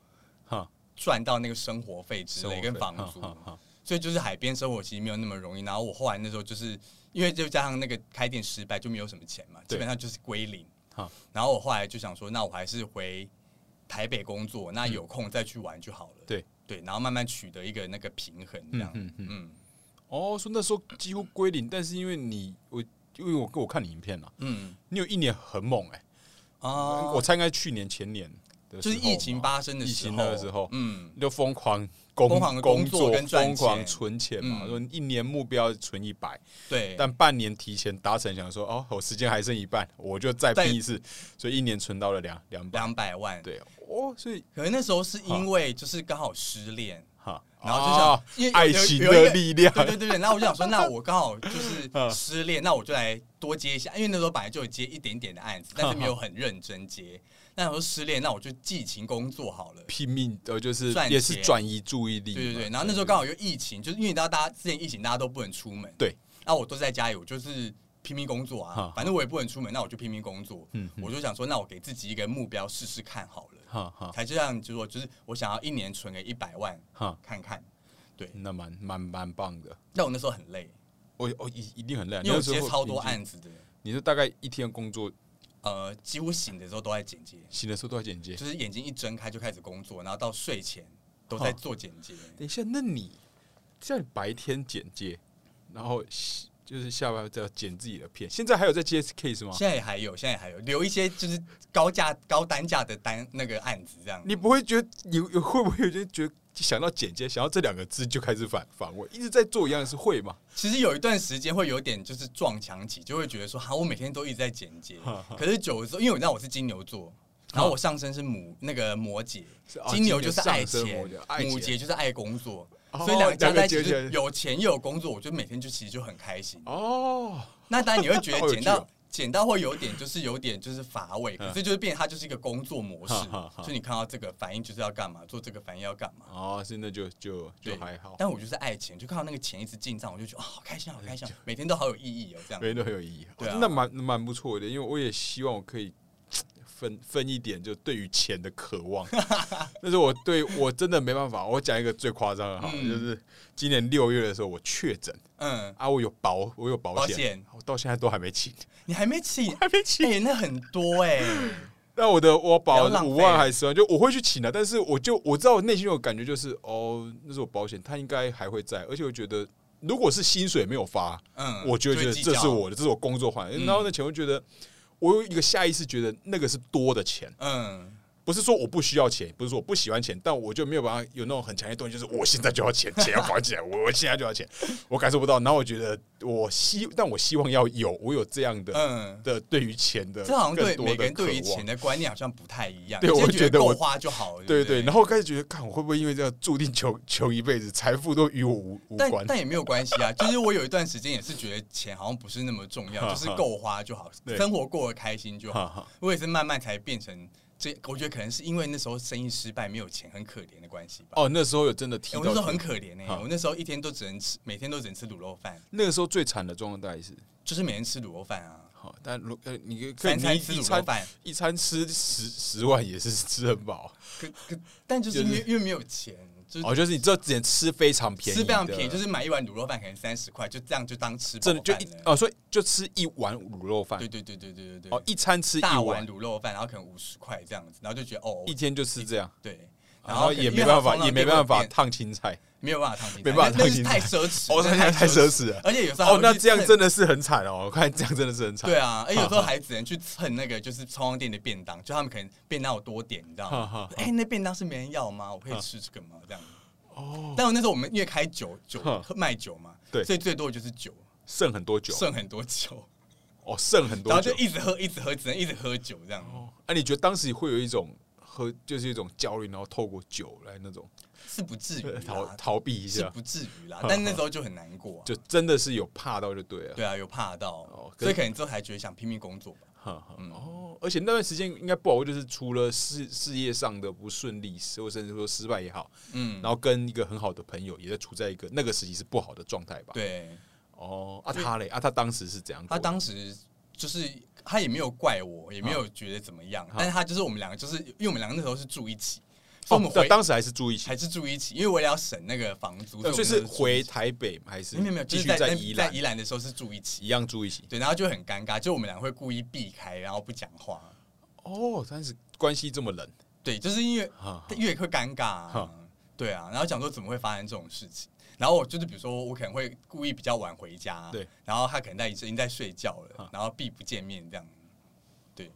[SPEAKER 1] 哈，
[SPEAKER 2] 赚到那个生活费之类跟房租。
[SPEAKER 1] 哈哈哈
[SPEAKER 2] 所以就是海边生活其实没有那么容易。然后我后来那时候就是因为就加上那个开店失败，就没有什么钱嘛，
[SPEAKER 1] 对
[SPEAKER 2] 基本上就是归零
[SPEAKER 1] 好。
[SPEAKER 2] 然后我后来就想说，那我还是回台北工作，那有空再去玩就好了。
[SPEAKER 1] 嗯对
[SPEAKER 2] 对，然后慢慢取得一个那个平衡，这样。
[SPEAKER 1] 嗯
[SPEAKER 2] 嗯
[SPEAKER 1] 嗯哦，说那时候几乎归零，但是因为你我因为我我看你影片了，啊
[SPEAKER 2] 嗯
[SPEAKER 1] 你有一年很猛哎、
[SPEAKER 2] 啊，
[SPEAKER 1] 我猜应该去年前年的时候
[SPEAKER 2] 就是
[SPEAKER 1] 嘛
[SPEAKER 2] 疫情发生的
[SPEAKER 1] 疫
[SPEAKER 2] 时
[SPEAKER 1] 情
[SPEAKER 2] 候，
[SPEAKER 1] 那个时候
[SPEAKER 2] 嗯，
[SPEAKER 1] 就疯狂工
[SPEAKER 2] 疯狂地
[SPEAKER 1] 工
[SPEAKER 2] 工作跟赚
[SPEAKER 1] 疯
[SPEAKER 2] 钱
[SPEAKER 1] 狂存钱嘛，
[SPEAKER 2] 嗯
[SPEAKER 1] 说一年目标存一百，
[SPEAKER 2] 对，
[SPEAKER 1] 但半年提前达成，想说哦，我时间还剩一半，我就再
[SPEAKER 2] 再
[SPEAKER 1] 拼一次，所以一年存到了两两百，
[SPEAKER 2] 两百万。
[SPEAKER 1] 对哦，所以
[SPEAKER 2] 可能那时候是因为就是刚好失恋，
[SPEAKER 1] 哈，
[SPEAKER 2] 然后就想
[SPEAKER 1] 啊
[SPEAKER 2] 因为有
[SPEAKER 1] 爱
[SPEAKER 2] 有
[SPEAKER 1] 情
[SPEAKER 2] 有一
[SPEAKER 1] 的
[SPEAKER 2] 个
[SPEAKER 1] 力量，
[SPEAKER 2] 对对对对，然后我就想说，那我刚好就是
[SPEAKER 1] 嗯
[SPEAKER 2] 失恋，那我就来多接一下，因为那时候本来就有接一点点的案子，但是没有
[SPEAKER 1] 嗯
[SPEAKER 2] 很认真接。那我说失恋，那我就寄情工作好了。
[SPEAKER 1] 拼命呃，就是
[SPEAKER 2] 赚
[SPEAKER 1] 也是
[SPEAKER 2] 钱
[SPEAKER 1] 转移注意力
[SPEAKER 2] 对
[SPEAKER 1] 嘛，
[SPEAKER 2] 对对，然后那时候刚好又疫情，就是因为你知道大家之前疫情大家都不能出门，
[SPEAKER 1] 对，
[SPEAKER 2] 那我都在家里，我就是拼命工作
[SPEAKER 1] 哈
[SPEAKER 2] 啊，反正我也不能出门，那我就拼命工作。
[SPEAKER 1] 嗯
[SPEAKER 2] 我就想说，那我给自己一个目标试试看好了，
[SPEAKER 1] 哈哈
[SPEAKER 2] 才这样就说，就是我想要一年存个一百万
[SPEAKER 1] 哈，
[SPEAKER 2] 看看。对，
[SPEAKER 1] 那蛮蛮蛮棒的，
[SPEAKER 2] 但我那时候很累，
[SPEAKER 1] 我我一一定很累啊，
[SPEAKER 2] 因为我
[SPEAKER 1] 那时候
[SPEAKER 2] 接超多
[SPEAKER 1] 平均
[SPEAKER 2] 案子的，
[SPEAKER 1] 你是大概一天工作，
[SPEAKER 2] 呃，几乎醒的时候都在剪接。
[SPEAKER 1] 醒的时候都在剪接。
[SPEAKER 2] 就是眼睛一睁开就开始工作，然后到睡前都在做剪接。
[SPEAKER 1] 等一下，那你像你白天剪接，然后洗就是下班再剪自己的片，现在还有在接 case 吗？
[SPEAKER 2] 现在也还有，现在也还有留一些就是高价高单价的单那个案子这样。
[SPEAKER 1] 你不会觉得有有会不会有些觉得想到剪接，想到这两个字就开始反反胃，一直在做一样的事会吗？
[SPEAKER 2] 其实有一段时间会有点就是撞墙期，就会觉得说，哈，我每天都一直在剪接
[SPEAKER 1] 哈，
[SPEAKER 2] 可是久了之后，因为你知道我是金牛座。然后我上身是母那个摩羯
[SPEAKER 1] 是哦，
[SPEAKER 2] 金牛就是爱
[SPEAKER 1] 金
[SPEAKER 2] 钱
[SPEAKER 1] 牛上升摩羯爱，钱
[SPEAKER 2] 母羯就是爱工作，
[SPEAKER 1] 哦
[SPEAKER 2] 所以两个加在一起
[SPEAKER 1] 两个结
[SPEAKER 2] 就
[SPEAKER 1] 起来
[SPEAKER 2] 是有钱又有工作，我就每天就其实就很开心。
[SPEAKER 1] 哦，
[SPEAKER 2] 那当然你会觉
[SPEAKER 1] 好
[SPEAKER 2] 得
[SPEAKER 1] 有
[SPEAKER 2] 剪
[SPEAKER 1] 趣哦
[SPEAKER 2] 到剪到会有点就是有点就是乏味，
[SPEAKER 1] 嗯
[SPEAKER 2] 可是就是变成它就是一个工作模式
[SPEAKER 1] 哈哈哈，
[SPEAKER 2] 就你看到这个反应就是要干嘛，做这个反应要干嘛。
[SPEAKER 1] 哦，现在就就就
[SPEAKER 2] 对
[SPEAKER 1] 还好，
[SPEAKER 2] 但我就是爱钱，就看到那个钱一直进账，我就觉得啊、好开心，好开
[SPEAKER 1] 哎
[SPEAKER 2] 心，每天都好有意义哦，这样。
[SPEAKER 1] 每天都很有意义，
[SPEAKER 2] 对啊
[SPEAKER 1] 哦那蛮蛮不错的，因为我也希望我可以分分一点，就对于钱的渴 望。但是我对我真的没办法，我讲一个最夸张的哈，
[SPEAKER 2] 嗯
[SPEAKER 1] 就是今年六月的时候我确诊
[SPEAKER 2] 嗯，
[SPEAKER 1] 啊，我有保我有保
[SPEAKER 2] 保
[SPEAKER 1] 险，
[SPEAKER 2] 险
[SPEAKER 1] 我到现在都还没请，
[SPEAKER 2] 你还没 请，
[SPEAKER 1] 还没请。
[SPEAKER 2] 哎、那很 多哎、
[SPEAKER 1] 那我的我保
[SPEAKER 2] 不要浪费
[SPEAKER 1] 五万还是十万，就我会去请的，但是我就我知道我内心有感觉就是哦，那是我保险，它应该还会在，而且我觉得如果是薪水没有发，
[SPEAKER 2] 嗯，
[SPEAKER 1] 我就会觉得
[SPEAKER 2] 会计较
[SPEAKER 1] 这是我的，这是我工作换来的。
[SPEAKER 2] 嗯
[SPEAKER 1] 然后呢，钱会觉得我有一个下意识觉得那个是多的钱，
[SPEAKER 2] 嗯，
[SPEAKER 1] 不是说我不需要钱，不是说我不喜欢钱，但我就没有办法有那种很强烈的动力，就是我现在就要钱，钱要跑起来，我我现在就要钱，我感受不到。然后我觉得我希，但我希望要有，我有这样的、
[SPEAKER 2] 嗯
[SPEAKER 1] 的对于钱的，
[SPEAKER 2] 这好像对
[SPEAKER 1] 更多的
[SPEAKER 2] 每个人对于
[SPEAKER 1] 渴望
[SPEAKER 2] 钱的观念好像不太一样。
[SPEAKER 1] 对
[SPEAKER 2] 有些人
[SPEAKER 1] 我
[SPEAKER 2] 觉
[SPEAKER 1] 觉得
[SPEAKER 2] 够
[SPEAKER 1] 我
[SPEAKER 2] 花就好了。
[SPEAKER 1] 对
[SPEAKER 2] 不对
[SPEAKER 1] 对，然后开始觉得，看我会不会因为这样注定穷穷一辈子，财富都与我无无
[SPEAKER 2] 但
[SPEAKER 1] 关。
[SPEAKER 2] 但也没有关系啊，就是我有一段时间也是觉得钱好像不是那么重要，
[SPEAKER 1] 哈哈
[SPEAKER 2] 就是够花就好，
[SPEAKER 1] 对
[SPEAKER 2] 生活过得开心就
[SPEAKER 1] 哈
[SPEAKER 2] 好。
[SPEAKER 1] 哈，
[SPEAKER 2] 我也是慢慢才变成这，我觉得可能是因为那时候生意失败，没有钱，很可怜的关系吧。
[SPEAKER 1] 哦，那时候有真的提
[SPEAKER 2] 欸
[SPEAKER 1] 到
[SPEAKER 2] 我
[SPEAKER 1] 这
[SPEAKER 2] 那
[SPEAKER 1] 个，
[SPEAKER 2] 时候很可怜哎、
[SPEAKER 1] 哈
[SPEAKER 2] 我那时候一天都只能吃，每天都只能吃卤肉饭，
[SPEAKER 1] 那个时候最惨的状况大概是，
[SPEAKER 2] 就是每天吃卤肉饭啊，
[SPEAKER 1] 好，但如呃，你可以
[SPEAKER 2] 三餐
[SPEAKER 1] 你
[SPEAKER 2] 吃
[SPEAKER 1] 一
[SPEAKER 2] 卤肉
[SPEAKER 1] 餐
[SPEAKER 2] 饭。
[SPEAKER 1] 一餐吃十十万也是吃很饱，
[SPEAKER 2] 可可，但就是因为因为没有钱，就是
[SPEAKER 1] 哦，就是你这只吃非常便宜
[SPEAKER 2] 吃
[SPEAKER 1] 的，
[SPEAKER 2] 非常便宜，就是买一碗卤肉饭可能三十块，就这样就当吃饱
[SPEAKER 1] 真的就
[SPEAKER 2] 饭
[SPEAKER 1] 一
[SPEAKER 2] 了。
[SPEAKER 1] 哦，所以就吃一碗卤肉饭
[SPEAKER 2] 对，对对对对对对。
[SPEAKER 1] 哦，一餐吃一
[SPEAKER 2] 大碗
[SPEAKER 1] 碗，
[SPEAKER 2] 卤肉饭，然后可能五十块这样子，然后就觉得哦，
[SPEAKER 1] 一天就吃这样，
[SPEAKER 2] 对，
[SPEAKER 1] 然后
[SPEAKER 2] 可
[SPEAKER 1] 啊
[SPEAKER 2] 能
[SPEAKER 1] 也
[SPEAKER 2] 因
[SPEAKER 1] 没
[SPEAKER 2] 为
[SPEAKER 1] 办
[SPEAKER 2] 它通
[SPEAKER 1] 法，
[SPEAKER 2] 常
[SPEAKER 1] 也没
[SPEAKER 2] 给我
[SPEAKER 1] 办法
[SPEAKER 2] 变
[SPEAKER 1] 烫青 菜，
[SPEAKER 2] 没有办法烫青菜，
[SPEAKER 1] 没办法
[SPEAKER 2] 那
[SPEAKER 1] 烫
[SPEAKER 2] 那是
[SPEAKER 1] 青
[SPEAKER 2] 太奢侈，
[SPEAKER 1] 哦，
[SPEAKER 2] 那
[SPEAKER 1] 那现在太奢侈了。
[SPEAKER 2] 而且有时候
[SPEAKER 1] 哦，那这样真
[SPEAKER 2] 的
[SPEAKER 1] 的是很惨哦！我看这样真的是很惨。
[SPEAKER 2] 对啊，而且有 时候还只能去蹭那个就是超商店的便当，就他们可能便当有多点，你知道
[SPEAKER 1] 哈
[SPEAKER 2] 吗
[SPEAKER 1] 哈？
[SPEAKER 2] 哎，那便当是没人要吗？我可以吃这个吗？这样。哦，但我那时候我们因为开酒酒
[SPEAKER 1] 哈
[SPEAKER 2] 卖酒嘛，
[SPEAKER 1] 对
[SPEAKER 2] 所以最多的就是酒，
[SPEAKER 1] 剩很多酒，
[SPEAKER 2] 剩很多酒，
[SPEAKER 1] 哦，剩很多
[SPEAKER 2] 然后
[SPEAKER 1] 酒
[SPEAKER 2] 就。一直喝，一直喝，只能一直喝酒这样。
[SPEAKER 1] 啊，你觉得当时会有一种喝，就是一种焦虑，然后透过酒来那种
[SPEAKER 2] 是不至于
[SPEAKER 1] 呃
[SPEAKER 2] 啦
[SPEAKER 1] 逃逃避一
[SPEAKER 2] 啊是
[SPEAKER 1] 下，
[SPEAKER 2] 不至于啦
[SPEAKER 1] 哈，
[SPEAKER 2] 但那时候就很难过啊、
[SPEAKER 1] 就真的是有怕到就对了。
[SPEAKER 2] 对啊，有怕到，
[SPEAKER 1] 哦可是
[SPEAKER 2] 所以可能之后还觉得想拼命工作 吧。
[SPEAKER 1] 哈哈
[SPEAKER 2] 嗯
[SPEAKER 1] 哦，而且那段时间应该不好，就是除了事事业上的不顺利，或甚至说失败也好，
[SPEAKER 2] 嗯
[SPEAKER 1] 然，后跟一个很好的朋友也在处在一个那个时期是不好的状态吧。，
[SPEAKER 2] 对，
[SPEAKER 1] 哦，啊他嘞，啊他当时是怎样过哦啊
[SPEAKER 2] 他
[SPEAKER 1] 的？
[SPEAKER 2] 当时就是他也没有怪我，也没有觉得怎么样，
[SPEAKER 1] 啊
[SPEAKER 2] 但是他就是我们两个，就是因为我们两个那时候是住一起，所以我们
[SPEAKER 1] 哦，对
[SPEAKER 2] 回、
[SPEAKER 1] 当时还是住一起，
[SPEAKER 2] 还是住一起，因为我也要省那个房租，
[SPEAKER 1] 呃所以
[SPEAKER 2] 我
[SPEAKER 1] 是
[SPEAKER 2] 们那时候住
[SPEAKER 1] 回
[SPEAKER 2] 一起
[SPEAKER 1] 台北还是
[SPEAKER 2] 没有没有，
[SPEAKER 1] 继
[SPEAKER 2] 就是
[SPEAKER 1] 续
[SPEAKER 2] 在
[SPEAKER 1] 在
[SPEAKER 2] 在
[SPEAKER 1] 宜
[SPEAKER 2] 在
[SPEAKER 1] 兰
[SPEAKER 2] 宜兰的时候是住一起，
[SPEAKER 1] 一样住一起？
[SPEAKER 2] 对，然后就很尴尬，就我们俩会故意避开，然后不讲话，
[SPEAKER 1] 哦，但是关系这么冷，
[SPEAKER 2] 对，就是因为
[SPEAKER 1] 哈哈
[SPEAKER 2] 越会尴尬、啊
[SPEAKER 1] 哈，
[SPEAKER 2] 对啊，然后讲说怎么会发生这种事情，然后我就是比如说我可能会故意比较晚回家，
[SPEAKER 1] 对，
[SPEAKER 2] 然后他可能在已经在睡觉了
[SPEAKER 1] 哈，
[SPEAKER 2] 然后避不见面这样，对，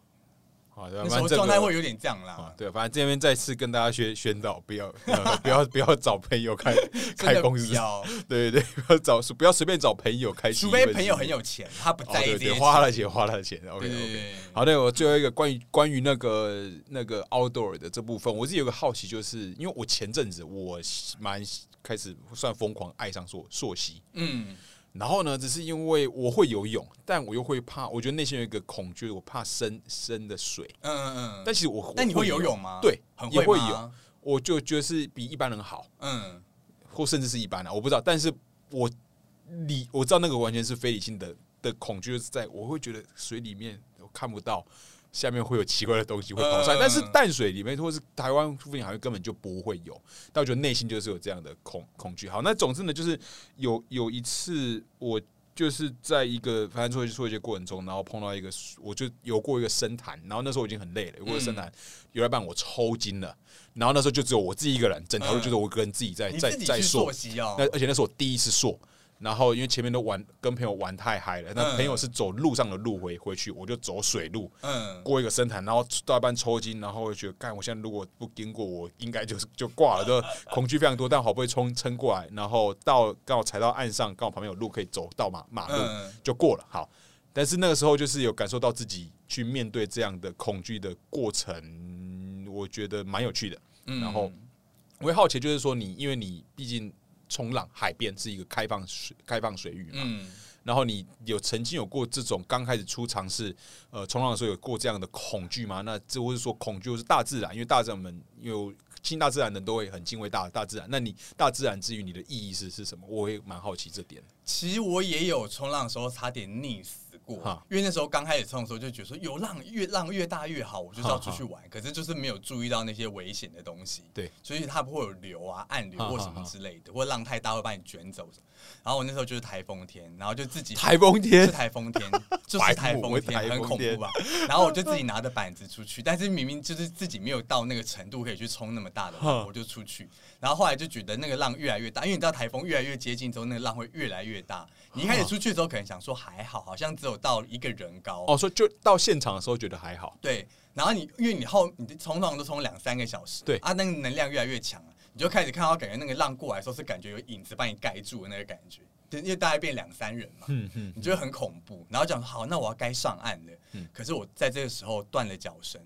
[SPEAKER 1] 啊，对吧
[SPEAKER 2] 那时
[SPEAKER 1] 反正
[SPEAKER 2] 候
[SPEAKER 1] 这
[SPEAKER 2] 状态
[SPEAKER 1] 个
[SPEAKER 2] 会有点这样
[SPEAKER 1] 啊
[SPEAKER 2] 啦，，
[SPEAKER 1] 对，反正这边再次跟大家宣宣导，不要、呃不要不 要找朋友开
[SPEAKER 2] 真
[SPEAKER 1] 开
[SPEAKER 2] 的
[SPEAKER 1] 公
[SPEAKER 2] 不
[SPEAKER 1] 司，
[SPEAKER 2] 要，
[SPEAKER 1] 对 对对，不要找不要随便找朋友开，
[SPEAKER 2] 除非朋友很有钱，他不
[SPEAKER 1] 哦，
[SPEAKER 2] 在意
[SPEAKER 1] 对
[SPEAKER 2] 这些
[SPEAKER 1] 对，
[SPEAKER 2] 钱，
[SPEAKER 1] 花了钱花了钱，OK
[SPEAKER 2] 对对
[SPEAKER 1] OK。
[SPEAKER 2] 对，
[SPEAKER 1] 好的，我最后一个关于关于那个那个 outdoor 的这部分，我是有个好奇，就是因为我前阵子我蛮开始算疯狂爱上溯溯溪，
[SPEAKER 2] 嗯
[SPEAKER 1] 然后呢，只是因为我会游泳，但我又会怕，我觉得内心有一个恐惧，我怕深深的水。
[SPEAKER 2] 嗯嗯
[SPEAKER 1] 但
[SPEAKER 2] 嗯，
[SPEAKER 1] 其实我，
[SPEAKER 2] 但你
[SPEAKER 1] 我
[SPEAKER 2] 会游泳吗？
[SPEAKER 1] 对
[SPEAKER 2] 很
[SPEAKER 1] 也
[SPEAKER 2] 会
[SPEAKER 1] 会
[SPEAKER 2] 吗，
[SPEAKER 1] 我就觉得是比一般人好。
[SPEAKER 2] 嗯，
[SPEAKER 1] 或甚至是一般啊，我不知道。但是我理我知道那个完全是非理性的的恐惧，就是在我会觉得水里面我看不到下面会有奇怪的东西会跑出来，
[SPEAKER 2] 嗯
[SPEAKER 1] 但是淡水里面或是台湾附近好像根本就不会有。但我觉得内心就是有这样的恐恐惧。好，那总之呢，就是有有一次我。就是在一个反正做一些做一些过程中，然后碰到一个，我就游过一个深潭，然后那时候我已经很累了，游过一个
[SPEAKER 2] 嗯
[SPEAKER 1] 深潭，游到一半我抽筋了，然后那时候就只有我自己一个人，整条路就是我一个人自己在
[SPEAKER 2] 嗯你
[SPEAKER 1] 在
[SPEAKER 2] 自己
[SPEAKER 1] 在
[SPEAKER 2] 去
[SPEAKER 1] 哎说
[SPEAKER 2] 溯，溪哦
[SPEAKER 1] 那，而且那是我第一次硕，然后因为前面都玩跟朋友玩太嗨了，那
[SPEAKER 2] 嗯
[SPEAKER 1] 朋友是走路上的路回回去，我就走水路
[SPEAKER 2] 嗯，
[SPEAKER 1] 过一个深潭，然后到一半抽筋，然后我就觉得干，我现在如果不经过，我应该就是就挂了，就恐惧非常多，但好不容易冲撑过来，然后到刚好踩到岸上，刚好旁边有路可以走到马马路，
[SPEAKER 2] 嗯
[SPEAKER 1] 就过了。好，但是那个时候就是有感受到自己去面对这样的恐惧的过程，我觉得蛮有趣的。
[SPEAKER 2] 嗯
[SPEAKER 1] 然后我会好奇，就是说你，因为你毕竟冲浪海边是一个开放水开放水域嘛，
[SPEAKER 2] 嗯。
[SPEAKER 1] 然后你有曾经有过这种刚开始初尝试呃冲浪的时候有过这样的恐惧吗？那这或是说恐惧，或是大自然，因为大自然们有亲大自然的人都会很敬畏大大自然。那你大自然之于你的意义是是什么？我也蛮好奇这点。
[SPEAKER 2] 其实我也有冲浪的时候差点溺死过
[SPEAKER 1] 哈，
[SPEAKER 2] 因为那时候刚开始冲的时候就觉得说有浪越浪越大越好，我就是要
[SPEAKER 1] 哈
[SPEAKER 2] 出
[SPEAKER 1] 哈
[SPEAKER 2] 去玩，可是就是没有注意到那些危险的东西，
[SPEAKER 1] 对，
[SPEAKER 2] 所以它不会有流啊、暗流
[SPEAKER 1] 哈哈
[SPEAKER 2] 或什么之类的，或浪太大会把你卷走。然后我那时候就是台风天，然后就自己
[SPEAKER 1] 台风天
[SPEAKER 2] 是台风 天，就是台风
[SPEAKER 1] 白
[SPEAKER 2] 天，
[SPEAKER 1] 目
[SPEAKER 2] 很恐怖啊。然后我就自己拿着板子出去，但是明明就是自己没有到那个程度可以去冲那么大的浪，
[SPEAKER 1] 哼
[SPEAKER 2] 我就出去。然后后来就觉得那个浪越来越大，因为你知道台风越来越接近之后，那个浪会越来越大。你一开始出去的时候可能想说还好，好像只有到一个人高。
[SPEAKER 1] 哦，所以就到现场的时候觉得还好，
[SPEAKER 2] 对，然后你因为你后你冲浪都冲两三个小时，
[SPEAKER 1] 对
[SPEAKER 2] 啊，那个能量越来越强了，你就开始看到感觉那个浪过来的时候是感觉有影子把你盖住的那个感觉，就因为大概变两三人嘛，
[SPEAKER 1] 嗯嗯，
[SPEAKER 2] 你就会很恐怖。然后讲好，那我要该上岸了，可是我在这个时候断了脚绳，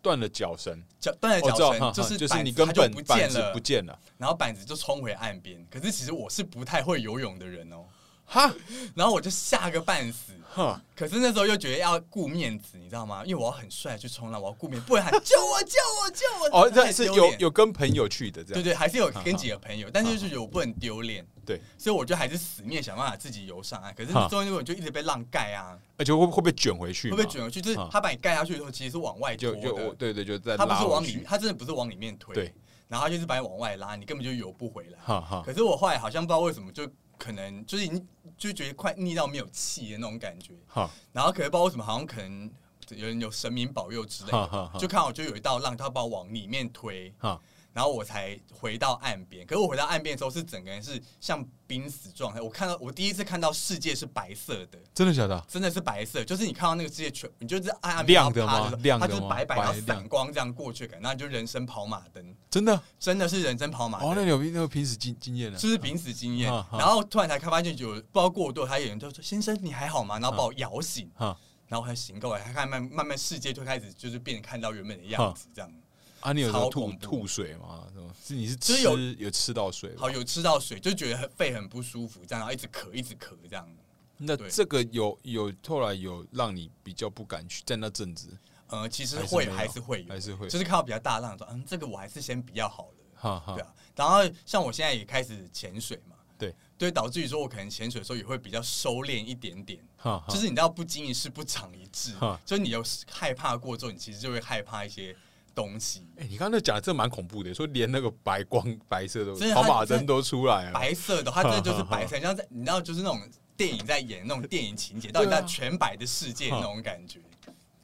[SPEAKER 1] 断了脚绳，
[SPEAKER 2] 脚断了
[SPEAKER 1] 我
[SPEAKER 2] 脚
[SPEAKER 1] 知道，哈
[SPEAKER 2] 绳
[SPEAKER 1] 哈
[SPEAKER 2] 是
[SPEAKER 1] 就
[SPEAKER 2] 板
[SPEAKER 1] 是
[SPEAKER 2] 子
[SPEAKER 1] 你根
[SPEAKER 2] 它就
[SPEAKER 1] 本
[SPEAKER 2] 不
[SPEAKER 1] 板
[SPEAKER 2] 见
[SPEAKER 1] 子
[SPEAKER 2] 了
[SPEAKER 1] 不，见了，
[SPEAKER 2] 然后板子就冲回岸边。可是其实我是不太会游泳的人哦，
[SPEAKER 1] 哈
[SPEAKER 2] 然后我就吓个半死。
[SPEAKER 1] 哈，
[SPEAKER 2] 可是那时候又觉得要顾面子，你知道吗？因为我要很帅去冲浪，我要顾面，不然喊救我救我救我！
[SPEAKER 1] 哦，这
[SPEAKER 2] 太
[SPEAKER 1] 是
[SPEAKER 2] 丢
[SPEAKER 1] 有
[SPEAKER 2] 脸
[SPEAKER 1] 有跟朋友去的这
[SPEAKER 2] 对
[SPEAKER 1] 样，
[SPEAKER 2] 对，还是有跟几个朋友，但是就是我不能丢脸，
[SPEAKER 1] 对，
[SPEAKER 2] 所以我就还是死命想办法自己游上岸。可是
[SPEAKER 1] 哈
[SPEAKER 2] 中间我就一直被浪盖啊，
[SPEAKER 1] 而且会会被卷回去
[SPEAKER 2] 会
[SPEAKER 1] 嘛，
[SPEAKER 2] 被卷回去，就是
[SPEAKER 1] 哈
[SPEAKER 2] 他把你盖下去的时候，其实是往外拖
[SPEAKER 1] 就就我
[SPEAKER 2] 的，
[SPEAKER 1] 对对，就在
[SPEAKER 2] 他不
[SPEAKER 1] 拉
[SPEAKER 2] 是往
[SPEAKER 1] 回
[SPEAKER 2] 里，
[SPEAKER 1] 去，
[SPEAKER 2] 他真的不是往里面推，
[SPEAKER 1] 对，啊
[SPEAKER 2] 然后他就是把你往外拉，你根本就游不回来。
[SPEAKER 1] 哈哈，
[SPEAKER 2] 可是我后来好像不知道为什么，就可能就是已经就觉得快腻到没有气的那种感觉，
[SPEAKER 1] 哈
[SPEAKER 2] 然后可是不知道为什么，好像可能有人有神明保佑之类
[SPEAKER 1] 哈
[SPEAKER 2] 的，
[SPEAKER 1] 哈哈
[SPEAKER 2] 就看我就有一道浪，他把我往里面推，
[SPEAKER 1] 哈，
[SPEAKER 2] 然后我才回到岸边。可是我回到岸边的时候，是整个人是像濒死状态。我看到我第一次看到世界是白色的，
[SPEAKER 1] 真的假的？
[SPEAKER 2] 真的是白色，就是你看到那个世界全，你就是按岸边
[SPEAKER 1] 亮的吗
[SPEAKER 2] 然后趴着
[SPEAKER 1] 亮的
[SPEAKER 2] 它就是
[SPEAKER 1] 吗
[SPEAKER 2] 白白，
[SPEAKER 1] 白
[SPEAKER 2] 然后
[SPEAKER 1] 亮
[SPEAKER 2] 闪光这样过去的感觉，那就人生跑马灯，
[SPEAKER 1] 真的？
[SPEAKER 2] 真的是人生跑马
[SPEAKER 1] 哦，那
[SPEAKER 2] 灯。
[SPEAKER 1] 你有那个平时经经验呢？
[SPEAKER 2] 就是濒死经验，
[SPEAKER 1] 啊啊
[SPEAKER 2] 然后突然才开发现有不知道过多，还有人就说：“先生，你还好吗？”然后
[SPEAKER 1] 啊
[SPEAKER 2] 把我摇醒，
[SPEAKER 1] 哈
[SPEAKER 2] 然后还醒过来，他看慢慢慢世界就开始就是变得看到原本的样子，这样。
[SPEAKER 1] 啊，你有时候
[SPEAKER 2] 超
[SPEAKER 1] 吐
[SPEAKER 2] 恐怖
[SPEAKER 1] 吐水吗？什么？是你是
[SPEAKER 2] 就是
[SPEAKER 1] 吃
[SPEAKER 2] 有
[SPEAKER 1] 有吃到水吗？
[SPEAKER 2] 好，有吃到水就觉得很肺很不舒服，这样然后一直咳，一直咳这样。
[SPEAKER 1] 那
[SPEAKER 2] 对
[SPEAKER 1] 这个有有后来有让你比较不敢去在那阵子，
[SPEAKER 2] 呃，其实
[SPEAKER 1] 还是
[SPEAKER 2] 会
[SPEAKER 1] 没有
[SPEAKER 2] 还是会有，
[SPEAKER 1] 还是会
[SPEAKER 2] 就是看到比较大浪说，嗯，这个我还是先比较好了，
[SPEAKER 1] 哈哈
[SPEAKER 2] 对啊。然后像我现在也开始潜水嘛，
[SPEAKER 1] 对
[SPEAKER 2] 对，导致于说我可能潜水的时候也会比较收敛一点点。
[SPEAKER 1] 哈哈，
[SPEAKER 2] 就是你知道不经一事不长一智
[SPEAKER 1] 哈，
[SPEAKER 2] 就是你有害怕过之后，你其实就会害怕一些东西。
[SPEAKER 1] 哎、你刚才讲的这蛮恐怖的，说连那个白光白色的
[SPEAKER 2] 真的
[SPEAKER 1] 跑
[SPEAKER 2] 它
[SPEAKER 1] 马灯都出来啊了，
[SPEAKER 2] 白色的，它真的就是白色，像在你知道，就是那种电影在演那种电影情节，到
[SPEAKER 1] 对啊
[SPEAKER 2] 底在全白的世界那种感觉。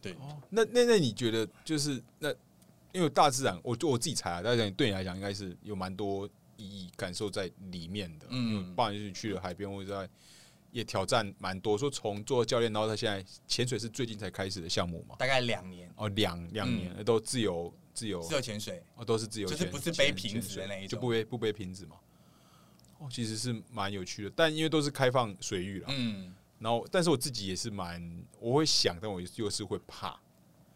[SPEAKER 2] 对，
[SPEAKER 1] 哦那那那你觉得就是那因为大自然，我我自己猜啊，大自然对你来讲应该是有蛮多意义感受在里面的，
[SPEAKER 2] 嗯
[SPEAKER 1] 因为不然就是去了海边或者在也挑战蛮多，说从做教练，然后他现在潜水是最近才开始的项目嘛，
[SPEAKER 2] 大概两年
[SPEAKER 1] 哦，两两年、
[SPEAKER 2] 嗯
[SPEAKER 1] 都自由自由
[SPEAKER 2] 自由潜水，
[SPEAKER 1] 哦，都是自由
[SPEAKER 2] 就
[SPEAKER 1] 潜，
[SPEAKER 2] 是不是背
[SPEAKER 1] 潜
[SPEAKER 2] 瓶
[SPEAKER 1] 潜
[SPEAKER 2] 子的
[SPEAKER 1] 水
[SPEAKER 2] 那一
[SPEAKER 1] 就
[SPEAKER 2] 种
[SPEAKER 1] 不背不背瓶子嘛。哦，其实是蛮有趣的，但因为都是开放水域了，
[SPEAKER 2] 嗯
[SPEAKER 1] 然后但是我自己也是蛮，我会想，但我又是会怕。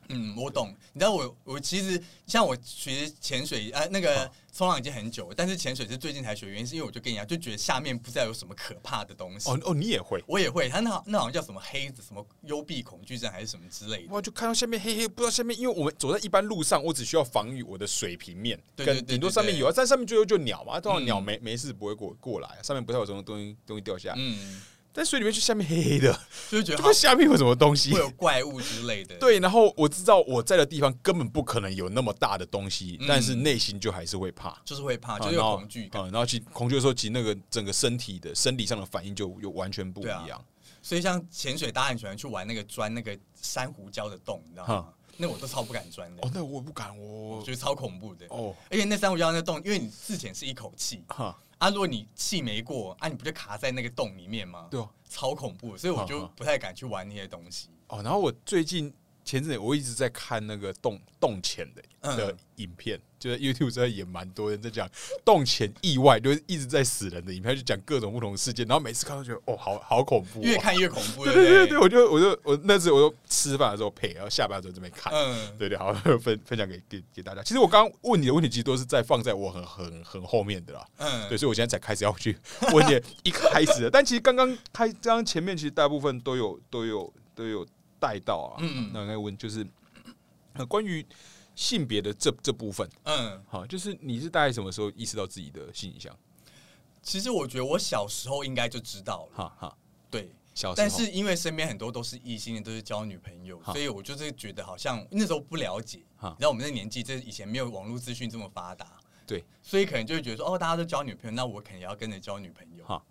[SPEAKER 2] 嗯，我懂。你知道我我其实像我学潜水呃那个冲浪已经很久了，但是潜水是最近才学，原因是因为我就跟你讲，就觉得下面不知道有什么可怕的东西。
[SPEAKER 1] 哦哦，你也会？
[SPEAKER 2] 我也会，他那好那好像叫什么黑子什么幽闭恐惧症还是什么之类的。
[SPEAKER 1] 哇，就看到下面黑黑，不知道下面，因为我们走在一般路上，我只需要防御我的水平面，
[SPEAKER 2] 对
[SPEAKER 1] 跟
[SPEAKER 2] 对对
[SPEAKER 1] 顶多
[SPEAKER 2] 对
[SPEAKER 1] 上面
[SPEAKER 2] 对
[SPEAKER 1] 有啊，但上面最后就鸟嘛，通常鸟
[SPEAKER 2] 嗯
[SPEAKER 1] 没没事不会过过来，啊上面不太有什么东西东西掉下来，
[SPEAKER 2] 嗯，
[SPEAKER 1] 但水里面就下面黑黑的，
[SPEAKER 2] 就是觉
[SPEAKER 1] 就
[SPEAKER 2] 得
[SPEAKER 1] 不知道
[SPEAKER 2] 好
[SPEAKER 1] 下面有什么东西
[SPEAKER 2] 会，有怪物之类的。
[SPEAKER 1] 对，然后我知道我在的地方根本不可能有那么大的东西，
[SPEAKER 2] 嗯
[SPEAKER 1] 但是内心就还是会怕，
[SPEAKER 2] 就是会怕，
[SPEAKER 1] 啊
[SPEAKER 2] 就是
[SPEAKER 1] 然
[SPEAKER 2] 有
[SPEAKER 1] 后
[SPEAKER 2] 恐惧感。
[SPEAKER 1] 啊然后其实恐惧的时候，其实那个整个身体的生理上的反应就又完全不一
[SPEAKER 2] 对啊
[SPEAKER 1] 样。
[SPEAKER 2] 所以像潜水，大家很喜欢去玩那个钻那个珊瑚礁的洞，你知道吗？那我都超不敢钻的
[SPEAKER 1] 哦，，那我不敢，我
[SPEAKER 2] 我觉得超恐怖的。
[SPEAKER 1] 哦
[SPEAKER 2] 而且那珊瑚礁那洞，因为你自潜是一口气
[SPEAKER 1] 哈，
[SPEAKER 2] 啊，如果你气没过啊，你不就卡在那个洞里面吗？
[SPEAKER 1] 对啊
[SPEAKER 2] 超恐怖的，所以我就
[SPEAKER 1] 哈哈
[SPEAKER 2] 不太敢去玩那些东西。
[SPEAKER 1] 哦。然后我最近前阵子我一直在看那个洞洞潜的
[SPEAKER 2] 嗯
[SPEAKER 1] 的影片，就是 YouTube 在也蛮多人在讲 洞潜意外，就是一直在死人的影片，就讲各种不同的事件。然后每次看都觉得哦，好好恐怖、哦，
[SPEAKER 2] 越看越恐 怖，
[SPEAKER 1] 对
[SPEAKER 2] 不
[SPEAKER 1] 对对
[SPEAKER 2] 对
[SPEAKER 1] 对，我就我就我那次我就吃饭的时候配，然后下班的时候这边看。
[SPEAKER 2] 嗯，
[SPEAKER 1] 对对，好 分分享给给给大家。其实我刚刚问你的问题，其实都是在放在我很很很后面的啦。
[SPEAKER 2] 嗯
[SPEAKER 1] 对，所以我现在才开始要 去问你一开始的，但其实刚刚开刚刚前面其实大部分都有都有都有带到啊。
[SPEAKER 2] 嗯嗯
[SPEAKER 1] 那应该问就是、呃、关于性别的这这部分，
[SPEAKER 2] 嗯。
[SPEAKER 1] 好，就是你是大概什么时候意识到自己的性倾向？
[SPEAKER 2] 其实我觉得我小时候应该就知道了，
[SPEAKER 1] 哈哈，
[SPEAKER 2] 对，
[SPEAKER 1] 小时候，
[SPEAKER 2] 但是因为身边很多都是异性恋，都是交女朋友，
[SPEAKER 1] 哈
[SPEAKER 2] 所以我就是觉得好像那时候不了解，
[SPEAKER 1] 哈
[SPEAKER 2] 你知道我们那个年纪，这以前没有网络资讯这么发达，
[SPEAKER 1] 对，
[SPEAKER 2] 所以可能就会觉得说，哦，大家都交女朋友，那我可能也要跟着交女朋友
[SPEAKER 1] 哈。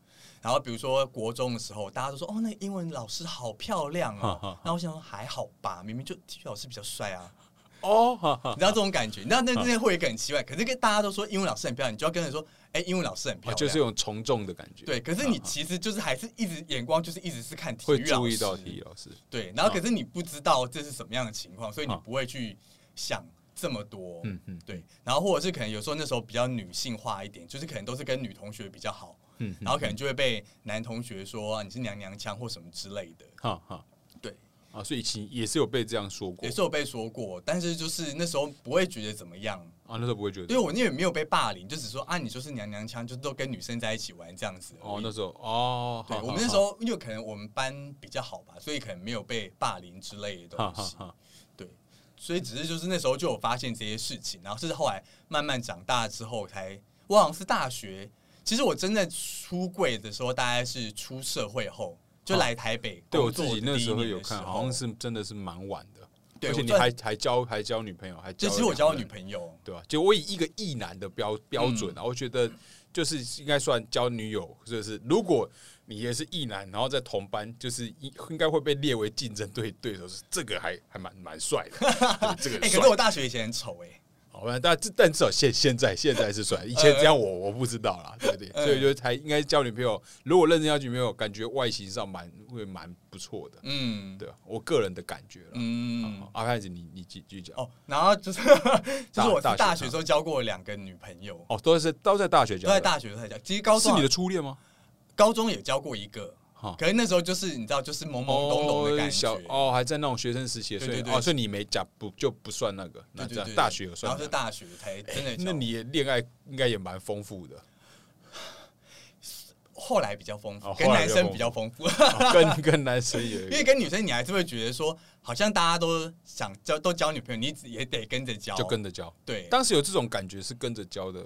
[SPEAKER 2] 然后比如说国中的时候，大家都说，哦，那英文老师好漂亮
[SPEAKER 1] 哈
[SPEAKER 2] 哦
[SPEAKER 1] 哈哈。
[SPEAKER 2] 那我想说还好吧，明明就体育老师比较帅啊。
[SPEAKER 1] 哦，哈哈
[SPEAKER 2] 你知道这种感觉，你知道那那会有一个很奇怪，可是跟大家都说英文老师很漂亮，你就要跟人说，哎、英文老师很
[SPEAKER 1] 啊
[SPEAKER 2] 漂亮，
[SPEAKER 1] 就是有种从众的感觉，
[SPEAKER 2] 对。可是你其实就是还是一直眼光就是一直是看体
[SPEAKER 1] 会
[SPEAKER 2] 育老
[SPEAKER 1] 注
[SPEAKER 2] 师，
[SPEAKER 1] 意到体育老师，
[SPEAKER 2] 对，然后可是你不知道这是什么样的情况，所以你不会去想这么多。
[SPEAKER 3] 嗯嗯
[SPEAKER 2] 对，然后或者是可能有时候那时候比较女性化一点，就是可能都是跟女同学比较好，
[SPEAKER 3] 嗯，
[SPEAKER 2] 然后可能就会被男同学说、啊你是娘娘腔或什么之类的。
[SPEAKER 1] 哈哈
[SPEAKER 2] 对，
[SPEAKER 1] 啊，所以以前也是有被这样说过
[SPEAKER 2] 也是有被说过，但是就是那时候不会觉得怎么样，
[SPEAKER 1] 啊，那时候不会觉
[SPEAKER 2] 因为
[SPEAKER 1] 得
[SPEAKER 2] 我因为没有被霸凌，就只说啊你就是娘娘腔，就都跟女生在一起玩这样子而已。
[SPEAKER 1] 哦，那时候哦，
[SPEAKER 2] 对
[SPEAKER 1] 好
[SPEAKER 2] 我们那时，候因为可能我们班比较好吧，所以可能没有被霸凌之类的
[SPEAKER 1] 好
[SPEAKER 2] 东
[SPEAKER 1] 好
[SPEAKER 2] 西。
[SPEAKER 1] 好好
[SPEAKER 2] 对，所以只是就是那时候就有发现这些事情，然后是后来慢慢长大之后才，我好像是大学，其实我真的出柜的时候大概是出社会后，就来台北
[SPEAKER 1] 哦对我
[SPEAKER 2] 工作
[SPEAKER 1] 自己
[SPEAKER 2] 的
[SPEAKER 1] 那
[SPEAKER 2] 第一
[SPEAKER 1] 时候
[SPEAKER 2] 年
[SPEAKER 1] 有
[SPEAKER 2] 的
[SPEAKER 1] 看，
[SPEAKER 2] 时
[SPEAKER 1] 好像
[SPEAKER 2] 候，
[SPEAKER 1] 是真的是蛮晚的，
[SPEAKER 2] 对
[SPEAKER 1] 而且
[SPEAKER 2] 我
[SPEAKER 1] 你
[SPEAKER 2] 算
[SPEAKER 1] 还还交还交女朋友，还
[SPEAKER 2] 就
[SPEAKER 1] 交
[SPEAKER 2] 其实我
[SPEAKER 1] 两
[SPEAKER 2] 交
[SPEAKER 1] 个
[SPEAKER 2] 女嗯
[SPEAKER 1] 人
[SPEAKER 2] 朋友，
[SPEAKER 1] 对吧？就我以一个异男的标标准啊，我觉得就是应该算交女友，或者是如果你也是异男，然后在同班，就是应应该会被列为竞争对对手，是这个还还蛮蛮帅 的，对这个很
[SPEAKER 2] 哎、可是
[SPEAKER 1] 帅。
[SPEAKER 2] 我大学以前很丑哎、
[SPEAKER 1] 好吧，但但至少现现在现在是帅，以
[SPEAKER 2] 呃
[SPEAKER 1] 前这样我我不知道啦，对不对？
[SPEAKER 2] 嗯
[SPEAKER 1] 所以就才应该交女朋友，如果认真交女朋友，感觉外形上蛮会蛮不错的，
[SPEAKER 2] 嗯，
[SPEAKER 1] 对吧？啊我个人的感觉啊了。
[SPEAKER 2] 嗯。
[SPEAKER 1] 好阿开始你你继继续讲
[SPEAKER 2] 哦，然后就是 就是我
[SPEAKER 1] 大
[SPEAKER 2] 是大
[SPEAKER 1] 学啊
[SPEAKER 2] 学时候交过两个女朋友，
[SPEAKER 1] 哦，都是都在大学交
[SPEAKER 2] 都
[SPEAKER 1] 的，
[SPEAKER 2] 在大学才交。其实高
[SPEAKER 1] 是
[SPEAKER 2] 中啊
[SPEAKER 1] 你的初恋吗？
[SPEAKER 2] 高中也交过一个
[SPEAKER 1] 哈，
[SPEAKER 2] 可是那时候就是你知道，就是懵懵懂懂的感
[SPEAKER 1] 哦
[SPEAKER 2] 觉
[SPEAKER 1] 小。哦，还在那种学生时期，所以
[SPEAKER 2] 对对对
[SPEAKER 1] 哦，所以你没讲不就不算那个，那这
[SPEAKER 2] 对对
[SPEAKER 1] 样
[SPEAKER 2] 对，
[SPEAKER 1] 大学有
[SPEAKER 2] 然
[SPEAKER 1] 算
[SPEAKER 2] 后是
[SPEAKER 1] 那个。
[SPEAKER 2] 大学才真的交。
[SPEAKER 1] 那你的恋爱应该也蛮丰富 的，
[SPEAKER 2] 后来比较丰
[SPEAKER 1] 哦
[SPEAKER 2] 富，跟
[SPEAKER 1] 后来
[SPEAKER 2] 男
[SPEAKER 1] 比较
[SPEAKER 2] 生比较丰富，
[SPEAKER 1] 哦跟跟男生有一
[SPEAKER 2] 因为
[SPEAKER 1] 个
[SPEAKER 2] 跟女生你还是会觉得说，好像大家都想交都交女朋友，你也得跟着交。
[SPEAKER 1] 就跟着交。
[SPEAKER 2] 对，
[SPEAKER 1] 当时有这种感觉是跟着交的，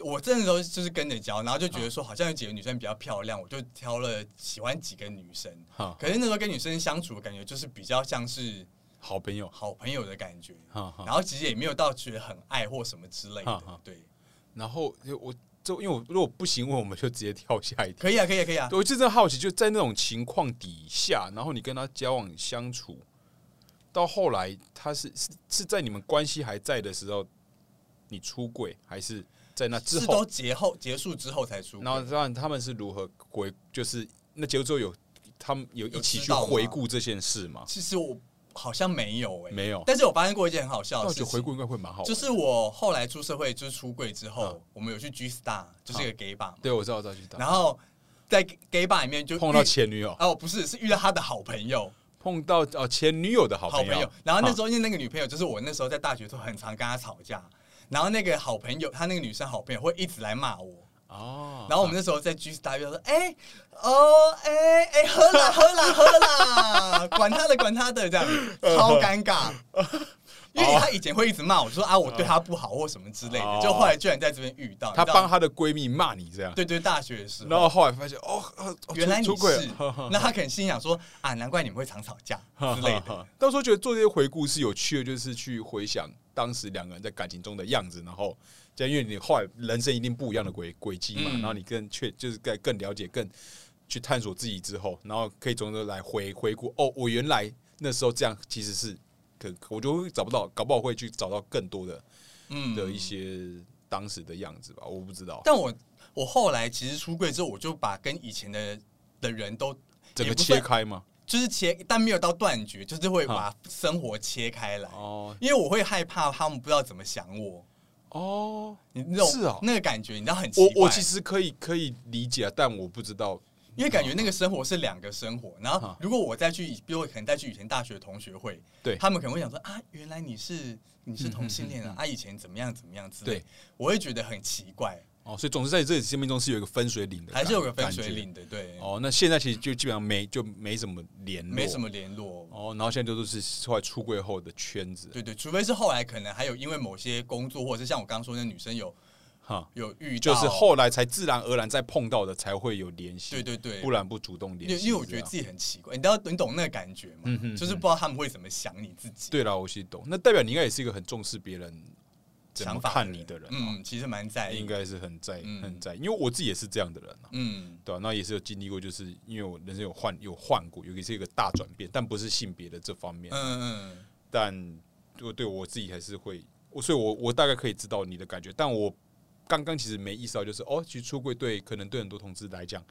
[SPEAKER 2] 我这时候就是跟着交，然后就
[SPEAKER 1] 啊
[SPEAKER 2] 觉得说，好像有几个女生比较漂亮，我就挑了喜欢几个女生。
[SPEAKER 1] 哈，
[SPEAKER 2] 可是那时候跟女生相处，感觉就是比较像是
[SPEAKER 1] 好朋友，
[SPEAKER 2] 好朋友的感觉，
[SPEAKER 1] 哈哈。
[SPEAKER 2] 然后其实也没有到觉得很爱或什么之类
[SPEAKER 1] 哈哈
[SPEAKER 2] 的。对，
[SPEAKER 1] 然后就我就因为我如果不行，我们就直接跳下一题。
[SPEAKER 2] 可以啊，可以啊，可以啊。
[SPEAKER 1] 我就真的好奇，就在那种情况底下，然后你跟他交往相处，到后来他是是是在你们关系还在的时候，你出轨，还是在那之
[SPEAKER 2] 是
[SPEAKER 1] 后
[SPEAKER 2] 都？结后结束之后才出轨，
[SPEAKER 1] 然后当然他们是如何回，就是那结束之后有他们有一起
[SPEAKER 2] 有
[SPEAKER 1] 去
[SPEAKER 2] 知道吗
[SPEAKER 1] 回顾这件事吗？
[SPEAKER 2] 其实我好像没有哎、
[SPEAKER 1] 没有，
[SPEAKER 2] 但是我发生过一件很好笑
[SPEAKER 1] 但
[SPEAKER 2] 的
[SPEAKER 1] 我
[SPEAKER 2] 事
[SPEAKER 1] 觉得回
[SPEAKER 2] 情，
[SPEAKER 1] 顾应该会蛮好玩的。
[SPEAKER 2] 就是我后来出社会，就是出柜之后，
[SPEAKER 1] 嗯
[SPEAKER 2] 我们有去 G Star，就是一个 gay bar，嘛、
[SPEAKER 1] 对我知道，我知道，知道
[SPEAKER 2] 然后在 gay bar 里面就
[SPEAKER 1] 碰到
[SPEAKER 2] 遇
[SPEAKER 1] 前女友，
[SPEAKER 2] 哦，不是，是遇到他的好朋友，
[SPEAKER 1] 碰到哦前女友的好
[SPEAKER 2] 好
[SPEAKER 1] 朋
[SPEAKER 2] 朋
[SPEAKER 1] 友啊
[SPEAKER 2] 友。，然后那时候因为那个女朋友，就是我那时候在大学的时候很常跟她吵架，然后那个好朋友，她那个女生好朋友会一直来骂我，
[SPEAKER 1] 哦，
[SPEAKER 2] 然后我们那时候在 G Star 就说：“哎、哦，哎、哎、喝啦喝啦喝啦，管他的管他的，这样子超尴尬。”
[SPEAKER 1] 嗯
[SPEAKER 2] 因为他以前会一直骂我说啊，我对他不好或什么之类
[SPEAKER 1] 哦
[SPEAKER 2] 的，就后来居然在这边遇到，
[SPEAKER 1] 她
[SPEAKER 2] 你知道
[SPEAKER 1] 帮她的闺蜜骂你这样，
[SPEAKER 2] 对啊对大学的时
[SPEAKER 1] 然后
[SPEAKER 2] 候，
[SPEAKER 1] 后来发现哦，哦哦
[SPEAKER 2] 原来你
[SPEAKER 1] 出出轨
[SPEAKER 2] 是
[SPEAKER 1] 了。，
[SPEAKER 2] 那他可能心想说啊，难怪你们会常吵 架之类的。
[SPEAKER 1] 的。到时候觉得做这些回顾是有趣的，就是去回想当时两个人在感情中的样子，然后，就因为你后来人生一定不一样的轨轨迹嘛，
[SPEAKER 2] 嗯
[SPEAKER 1] 然后你更确就是更更了解、更去探索自己之后，然后可以从这来回回顾哦，我原来那时候这样其实是可，我就会找不到，搞不好会去找到更多的
[SPEAKER 2] 嗯
[SPEAKER 1] 的一些当时的样子吧，我不知道。
[SPEAKER 2] 但我我后来其实出柜之后，我就把跟以前的的人都
[SPEAKER 1] 整
[SPEAKER 2] 也
[SPEAKER 1] 个
[SPEAKER 2] 不
[SPEAKER 1] 切
[SPEAKER 2] 算
[SPEAKER 1] 开嘛，
[SPEAKER 2] 就是切，但没有到断绝，就是会把生活切开来。
[SPEAKER 1] 哦
[SPEAKER 2] 因为我会害怕他们不知道怎么想我，
[SPEAKER 1] 哦，
[SPEAKER 2] 你那种
[SPEAKER 1] 是啊
[SPEAKER 2] 那个感觉，你知道很奇
[SPEAKER 1] 我
[SPEAKER 2] 怪。
[SPEAKER 1] 我其实可以可以理解，但我不知道
[SPEAKER 2] 因为感觉那个生活是两个生活，然后
[SPEAKER 1] 啊
[SPEAKER 2] 如果我再去，比如我可能再去以前大学同学会，
[SPEAKER 1] 对嗯
[SPEAKER 2] 他们可能会想说啊，原来你是你是同性恋啊，啊以前怎么样怎么样之类
[SPEAKER 1] 对，
[SPEAKER 2] 我会觉得很奇怪，
[SPEAKER 1] 哦，所以总之在这里生命中是有一个分水岭的感，
[SPEAKER 2] 还是有个分水
[SPEAKER 1] 感
[SPEAKER 2] 岭的，
[SPEAKER 1] 觉。，
[SPEAKER 2] 对
[SPEAKER 1] 哦，那现在其实就基本上没就没什么联络，
[SPEAKER 2] 没什么联络，
[SPEAKER 1] 哦，然后现在就都是后来出柜后的圈子，
[SPEAKER 2] 对对，除非是后来可能还有因为某些工作，或者是像我刚刚说那女生有
[SPEAKER 1] 哈，
[SPEAKER 2] 有遇到，
[SPEAKER 1] 就是后来才自然而然再碰到的才会有联系，
[SPEAKER 2] 对对对，
[SPEAKER 1] 不然不主动
[SPEAKER 2] 因
[SPEAKER 1] 联
[SPEAKER 2] 为
[SPEAKER 1] 系。
[SPEAKER 2] 因为我觉
[SPEAKER 1] 这
[SPEAKER 2] 得
[SPEAKER 1] 样
[SPEAKER 2] 自己很奇怪，你知道你懂那个感觉吗？
[SPEAKER 1] 嗯哼
[SPEAKER 2] 就是不知道他们会怎么想你自己。
[SPEAKER 1] 对了，我其实懂，那代表你应该也是一个很重视别人怎么
[SPEAKER 2] 想法
[SPEAKER 1] 看你的人，
[SPEAKER 2] 嗯，其实蛮在
[SPEAKER 1] 哦，
[SPEAKER 2] 意，
[SPEAKER 1] 应该是很在
[SPEAKER 2] 嗯
[SPEAKER 1] 很在意，因为我自己也是这样的人啊。
[SPEAKER 2] 嗯
[SPEAKER 1] 对、啊，那也是有经历过，就是因为我人生有
[SPEAKER 2] 嗯
[SPEAKER 1] 换有换过，尤其是一个大转变，但不是性别的这方面
[SPEAKER 2] 嗯，嗯，
[SPEAKER 1] 但我对我自己还是会，我所以我我大概可以知道你的感觉，但我刚刚其实没意识到，就是哦，其实出柜对可能对很多同志来讲，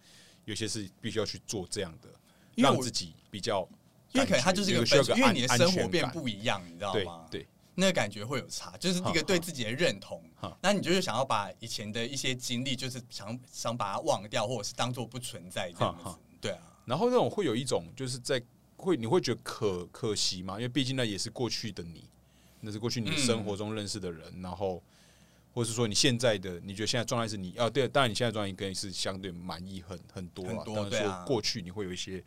[SPEAKER 1] 有些是必须要去做这样的，
[SPEAKER 2] 因为我
[SPEAKER 1] 让自己比较
[SPEAKER 2] 因
[SPEAKER 1] 感觉，
[SPEAKER 2] 为可能它就是一
[SPEAKER 1] 有
[SPEAKER 2] 个
[SPEAKER 1] 需要个
[SPEAKER 2] 分水，
[SPEAKER 1] 安，
[SPEAKER 2] 因为你的生
[SPEAKER 1] 安
[SPEAKER 2] 活
[SPEAKER 1] 全
[SPEAKER 2] 变
[SPEAKER 1] 感
[SPEAKER 2] 不一样，你知道
[SPEAKER 1] 对
[SPEAKER 2] 吗？
[SPEAKER 1] 对，
[SPEAKER 2] 那个感觉会有差，就是一个对自己的认同
[SPEAKER 1] 哈哈。
[SPEAKER 2] 那你就是想要把以前的一些经历，就是想想把它忘掉，或者是当做不存在这样
[SPEAKER 1] 哈
[SPEAKER 2] 子
[SPEAKER 1] 哈。
[SPEAKER 2] 对啊，
[SPEAKER 1] 然后那种会有一种就是在会你会觉得可可惜吗？因为毕竟那也是过去的你，那是过去你的
[SPEAKER 2] 嗯
[SPEAKER 1] 生活中认识的人，然后或是说你现在的你觉得现在状态是你啊，对，当然你现在状态应该是相对满意很很多
[SPEAKER 2] 很
[SPEAKER 1] 了，
[SPEAKER 2] 多
[SPEAKER 1] 当
[SPEAKER 2] 对
[SPEAKER 1] 然
[SPEAKER 2] 啊
[SPEAKER 1] 说过去你会有一些。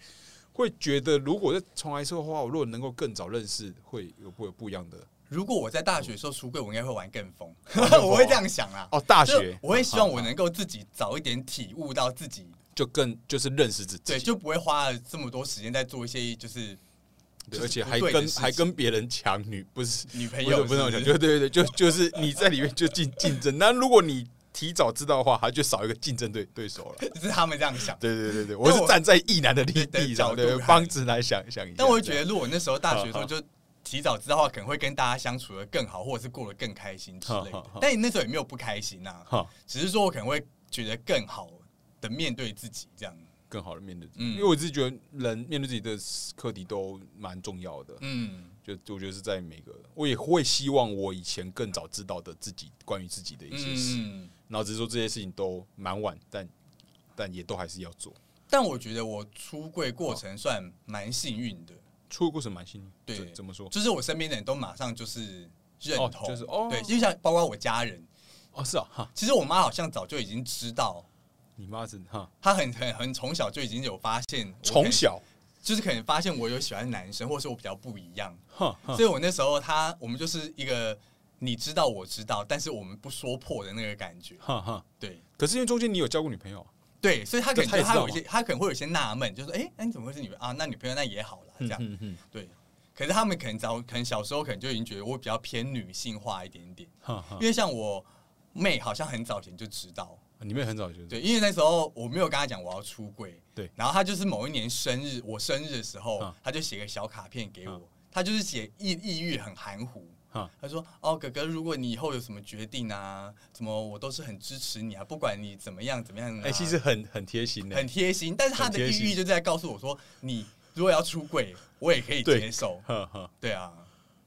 [SPEAKER 1] 会觉得，如果再重来一次的话，我如果能够更早认识，会有会有不一样的
[SPEAKER 2] 如果我在大学的时候出柜，我应该会玩更疯，
[SPEAKER 1] 更疯
[SPEAKER 2] 我会这样想啊。
[SPEAKER 1] 哦。大
[SPEAKER 2] 就
[SPEAKER 1] 学
[SPEAKER 2] 我会希望我能够自己早一点体悟到自己，
[SPEAKER 1] 就更就是认识自己，
[SPEAKER 2] 对，就不会花了这么多时间在做一些就是
[SPEAKER 1] 对
[SPEAKER 2] 就是
[SPEAKER 1] 而且还
[SPEAKER 2] 不对的
[SPEAKER 1] 跟
[SPEAKER 2] 事情
[SPEAKER 1] 还跟别人抢女，不是
[SPEAKER 2] 女朋
[SPEAKER 1] 不是
[SPEAKER 2] 友，
[SPEAKER 1] 不是我
[SPEAKER 2] 是
[SPEAKER 1] 讲，
[SPEAKER 2] 是
[SPEAKER 1] 就对对对，就就是你在里面就竞 竞争。那如果你提早知道的话，他就少一个竞争对对 手了。
[SPEAKER 2] 就是他们这样想。
[SPEAKER 1] 对对对对，我是站在异男的立
[SPEAKER 2] 对
[SPEAKER 1] 地上，
[SPEAKER 2] 角度
[SPEAKER 1] 对
[SPEAKER 2] 看
[SPEAKER 1] 帮直男想想一下。
[SPEAKER 2] 但我会觉
[SPEAKER 1] 这
[SPEAKER 2] 得，
[SPEAKER 1] 样
[SPEAKER 2] 如果那时候大学的时候
[SPEAKER 1] 嗯
[SPEAKER 2] 就提早知道的话，可能会跟大家相处的更好，或者是过得更开心之类
[SPEAKER 1] 好
[SPEAKER 2] 的
[SPEAKER 1] 好好。
[SPEAKER 2] 但你那时候也没有不开心啊，
[SPEAKER 1] 哈
[SPEAKER 2] 只是说我可能会觉得更好的面对自己这样。
[SPEAKER 1] 更好的面对自己，
[SPEAKER 2] 嗯
[SPEAKER 1] 因为我自己觉得人面对自己的课题都蛮重要的。
[SPEAKER 2] 嗯，
[SPEAKER 1] 就我觉得是在每个，我也会希望我以前更早知道的自己关于自己的一些事，
[SPEAKER 2] 嗯，
[SPEAKER 1] 然后只是说这些事情都蛮晚，但但也都还是要做。
[SPEAKER 2] 但我觉得我出柜过程算蛮幸运的，
[SPEAKER 1] 出过过程蛮幸运，
[SPEAKER 2] 对
[SPEAKER 1] 怎怎么说？
[SPEAKER 2] 就是我身边的人都马上就是认
[SPEAKER 1] 哦
[SPEAKER 2] 同，
[SPEAKER 1] 就是哦
[SPEAKER 2] 对，就像包括我家人，
[SPEAKER 1] 哦，是啊，哈，
[SPEAKER 2] 其实我妈好像早就已经知道，
[SPEAKER 1] 你妈是哈，
[SPEAKER 2] 她很很很从小就已经有发现我可能，
[SPEAKER 1] 从小
[SPEAKER 2] 就是可能发现我有喜欢男生，或是我比较不一样，
[SPEAKER 1] 哈，
[SPEAKER 2] 所以我那时候他我们就是一个你知道我知道，但是我们不说破的那个感觉，
[SPEAKER 1] 哈哈。
[SPEAKER 2] 对
[SPEAKER 1] 可是因为中间你有交过女朋友啊，
[SPEAKER 2] 对，所以他可
[SPEAKER 1] 这
[SPEAKER 2] 能
[SPEAKER 1] 他也
[SPEAKER 2] 他
[SPEAKER 1] 知道
[SPEAKER 2] 有一些他可能会有一些纳闷，就是哎，诶那、你怎么会是女啊？那女朋友那也好啦，这样、
[SPEAKER 1] 嗯嗯，
[SPEAKER 2] 对。可是他们可能早可能小时候可能就已经觉得我比较偏女性化一点点，
[SPEAKER 1] 哈哈
[SPEAKER 2] 因。为像我妹好像很早前就知道，
[SPEAKER 1] 你们也很早就
[SPEAKER 2] 对，因为那时候我没有跟他讲我要出柜，
[SPEAKER 1] 对
[SPEAKER 2] 然后他就是某一年生日，我生日的时候，
[SPEAKER 1] 嗯
[SPEAKER 2] 他就写个小卡片给我，
[SPEAKER 1] 嗯
[SPEAKER 2] 他就是写抑抑郁很含糊，
[SPEAKER 1] 嗯
[SPEAKER 2] 他说哦哥哥，如果你以后有什么决定啊，怎么我都是很支持你啊，不管你怎么样怎么样、啊，
[SPEAKER 1] 哎，其实很很贴心的，
[SPEAKER 2] 很贴心，但是他
[SPEAKER 1] 很
[SPEAKER 2] 的
[SPEAKER 1] 贴
[SPEAKER 2] 抑郁
[SPEAKER 1] 心
[SPEAKER 2] 就在告诉我说，你如果要出柜，我也可以
[SPEAKER 1] 对
[SPEAKER 2] 接受，
[SPEAKER 1] 哈哈，
[SPEAKER 2] 对啊，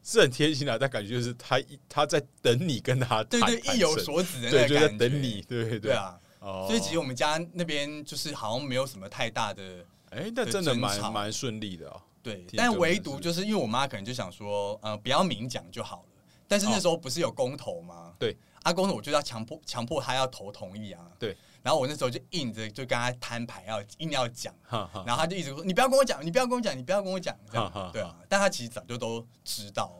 [SPEAKER 1] 是很贴心的，啊但感觉就是他一他在等你跟他
[SPEAKER 2] 对
[SPEAKER 1] 谈
[SPEAKER 2] 对，
[SPEAKER 1] 谈
[SPEAKER 2] 意有
[SPEAKER 1] 成
[SPEAKER 2] 所指的
[SPEAKER 1] 对，
[SPEAKER 2] 那
[SPEAKER 1] 就
[SPEAKER 2] 个
[SPEAKER 1] 在
[SPEAKER 2] 感觉，
[SPEAKER 1] 等你，对对
[SPEAKER 2] 对。啊，
[SPEAKER 1] 哦
[SPEAKER 2] 所以其实我们家那边就是好像没有什么太大的。
[SPEAKER 1] 哎，那真的蛮
[SPEAKER 2] 争吵
[SPEAKER 1] 蛮顺利的啊。
[SPEAKER 2] 对，
[SPEAKER 1] 听
[SPEAKER 2] 但
[SPEAKER 1] 众
[SPEAKER 2] 唯
[SPEAKER 1] 是
[SPEAKER 2] 独就是因为我妈可能就想说，呃，不要明讲就好了。但
[SPEAKER 1] 哦
[SPEAKER 2] 是那时候不是有公投吗？
[SPEAKER 1] 对，
[SPEAKER 2] 啊，公投我就要强迫强迫她要投同意啊。
[SPEAKER 1] 对，
[SPEAKER 2] 然后我那时候就硬着就跟她摊牌，要硬要讲，
[SPEAKER 1] 哈哈，
[SPEAKER 2] 然后她就一直说你不要跟我讲，你不要跟我讲，你不要跟 我讲，这
[SPEAKER 1] 哈哈
[SPEAKER 2] 样
[SPEAKER 1] 哈
[SPEAKER 2] 对啊。但她其实早就都知道，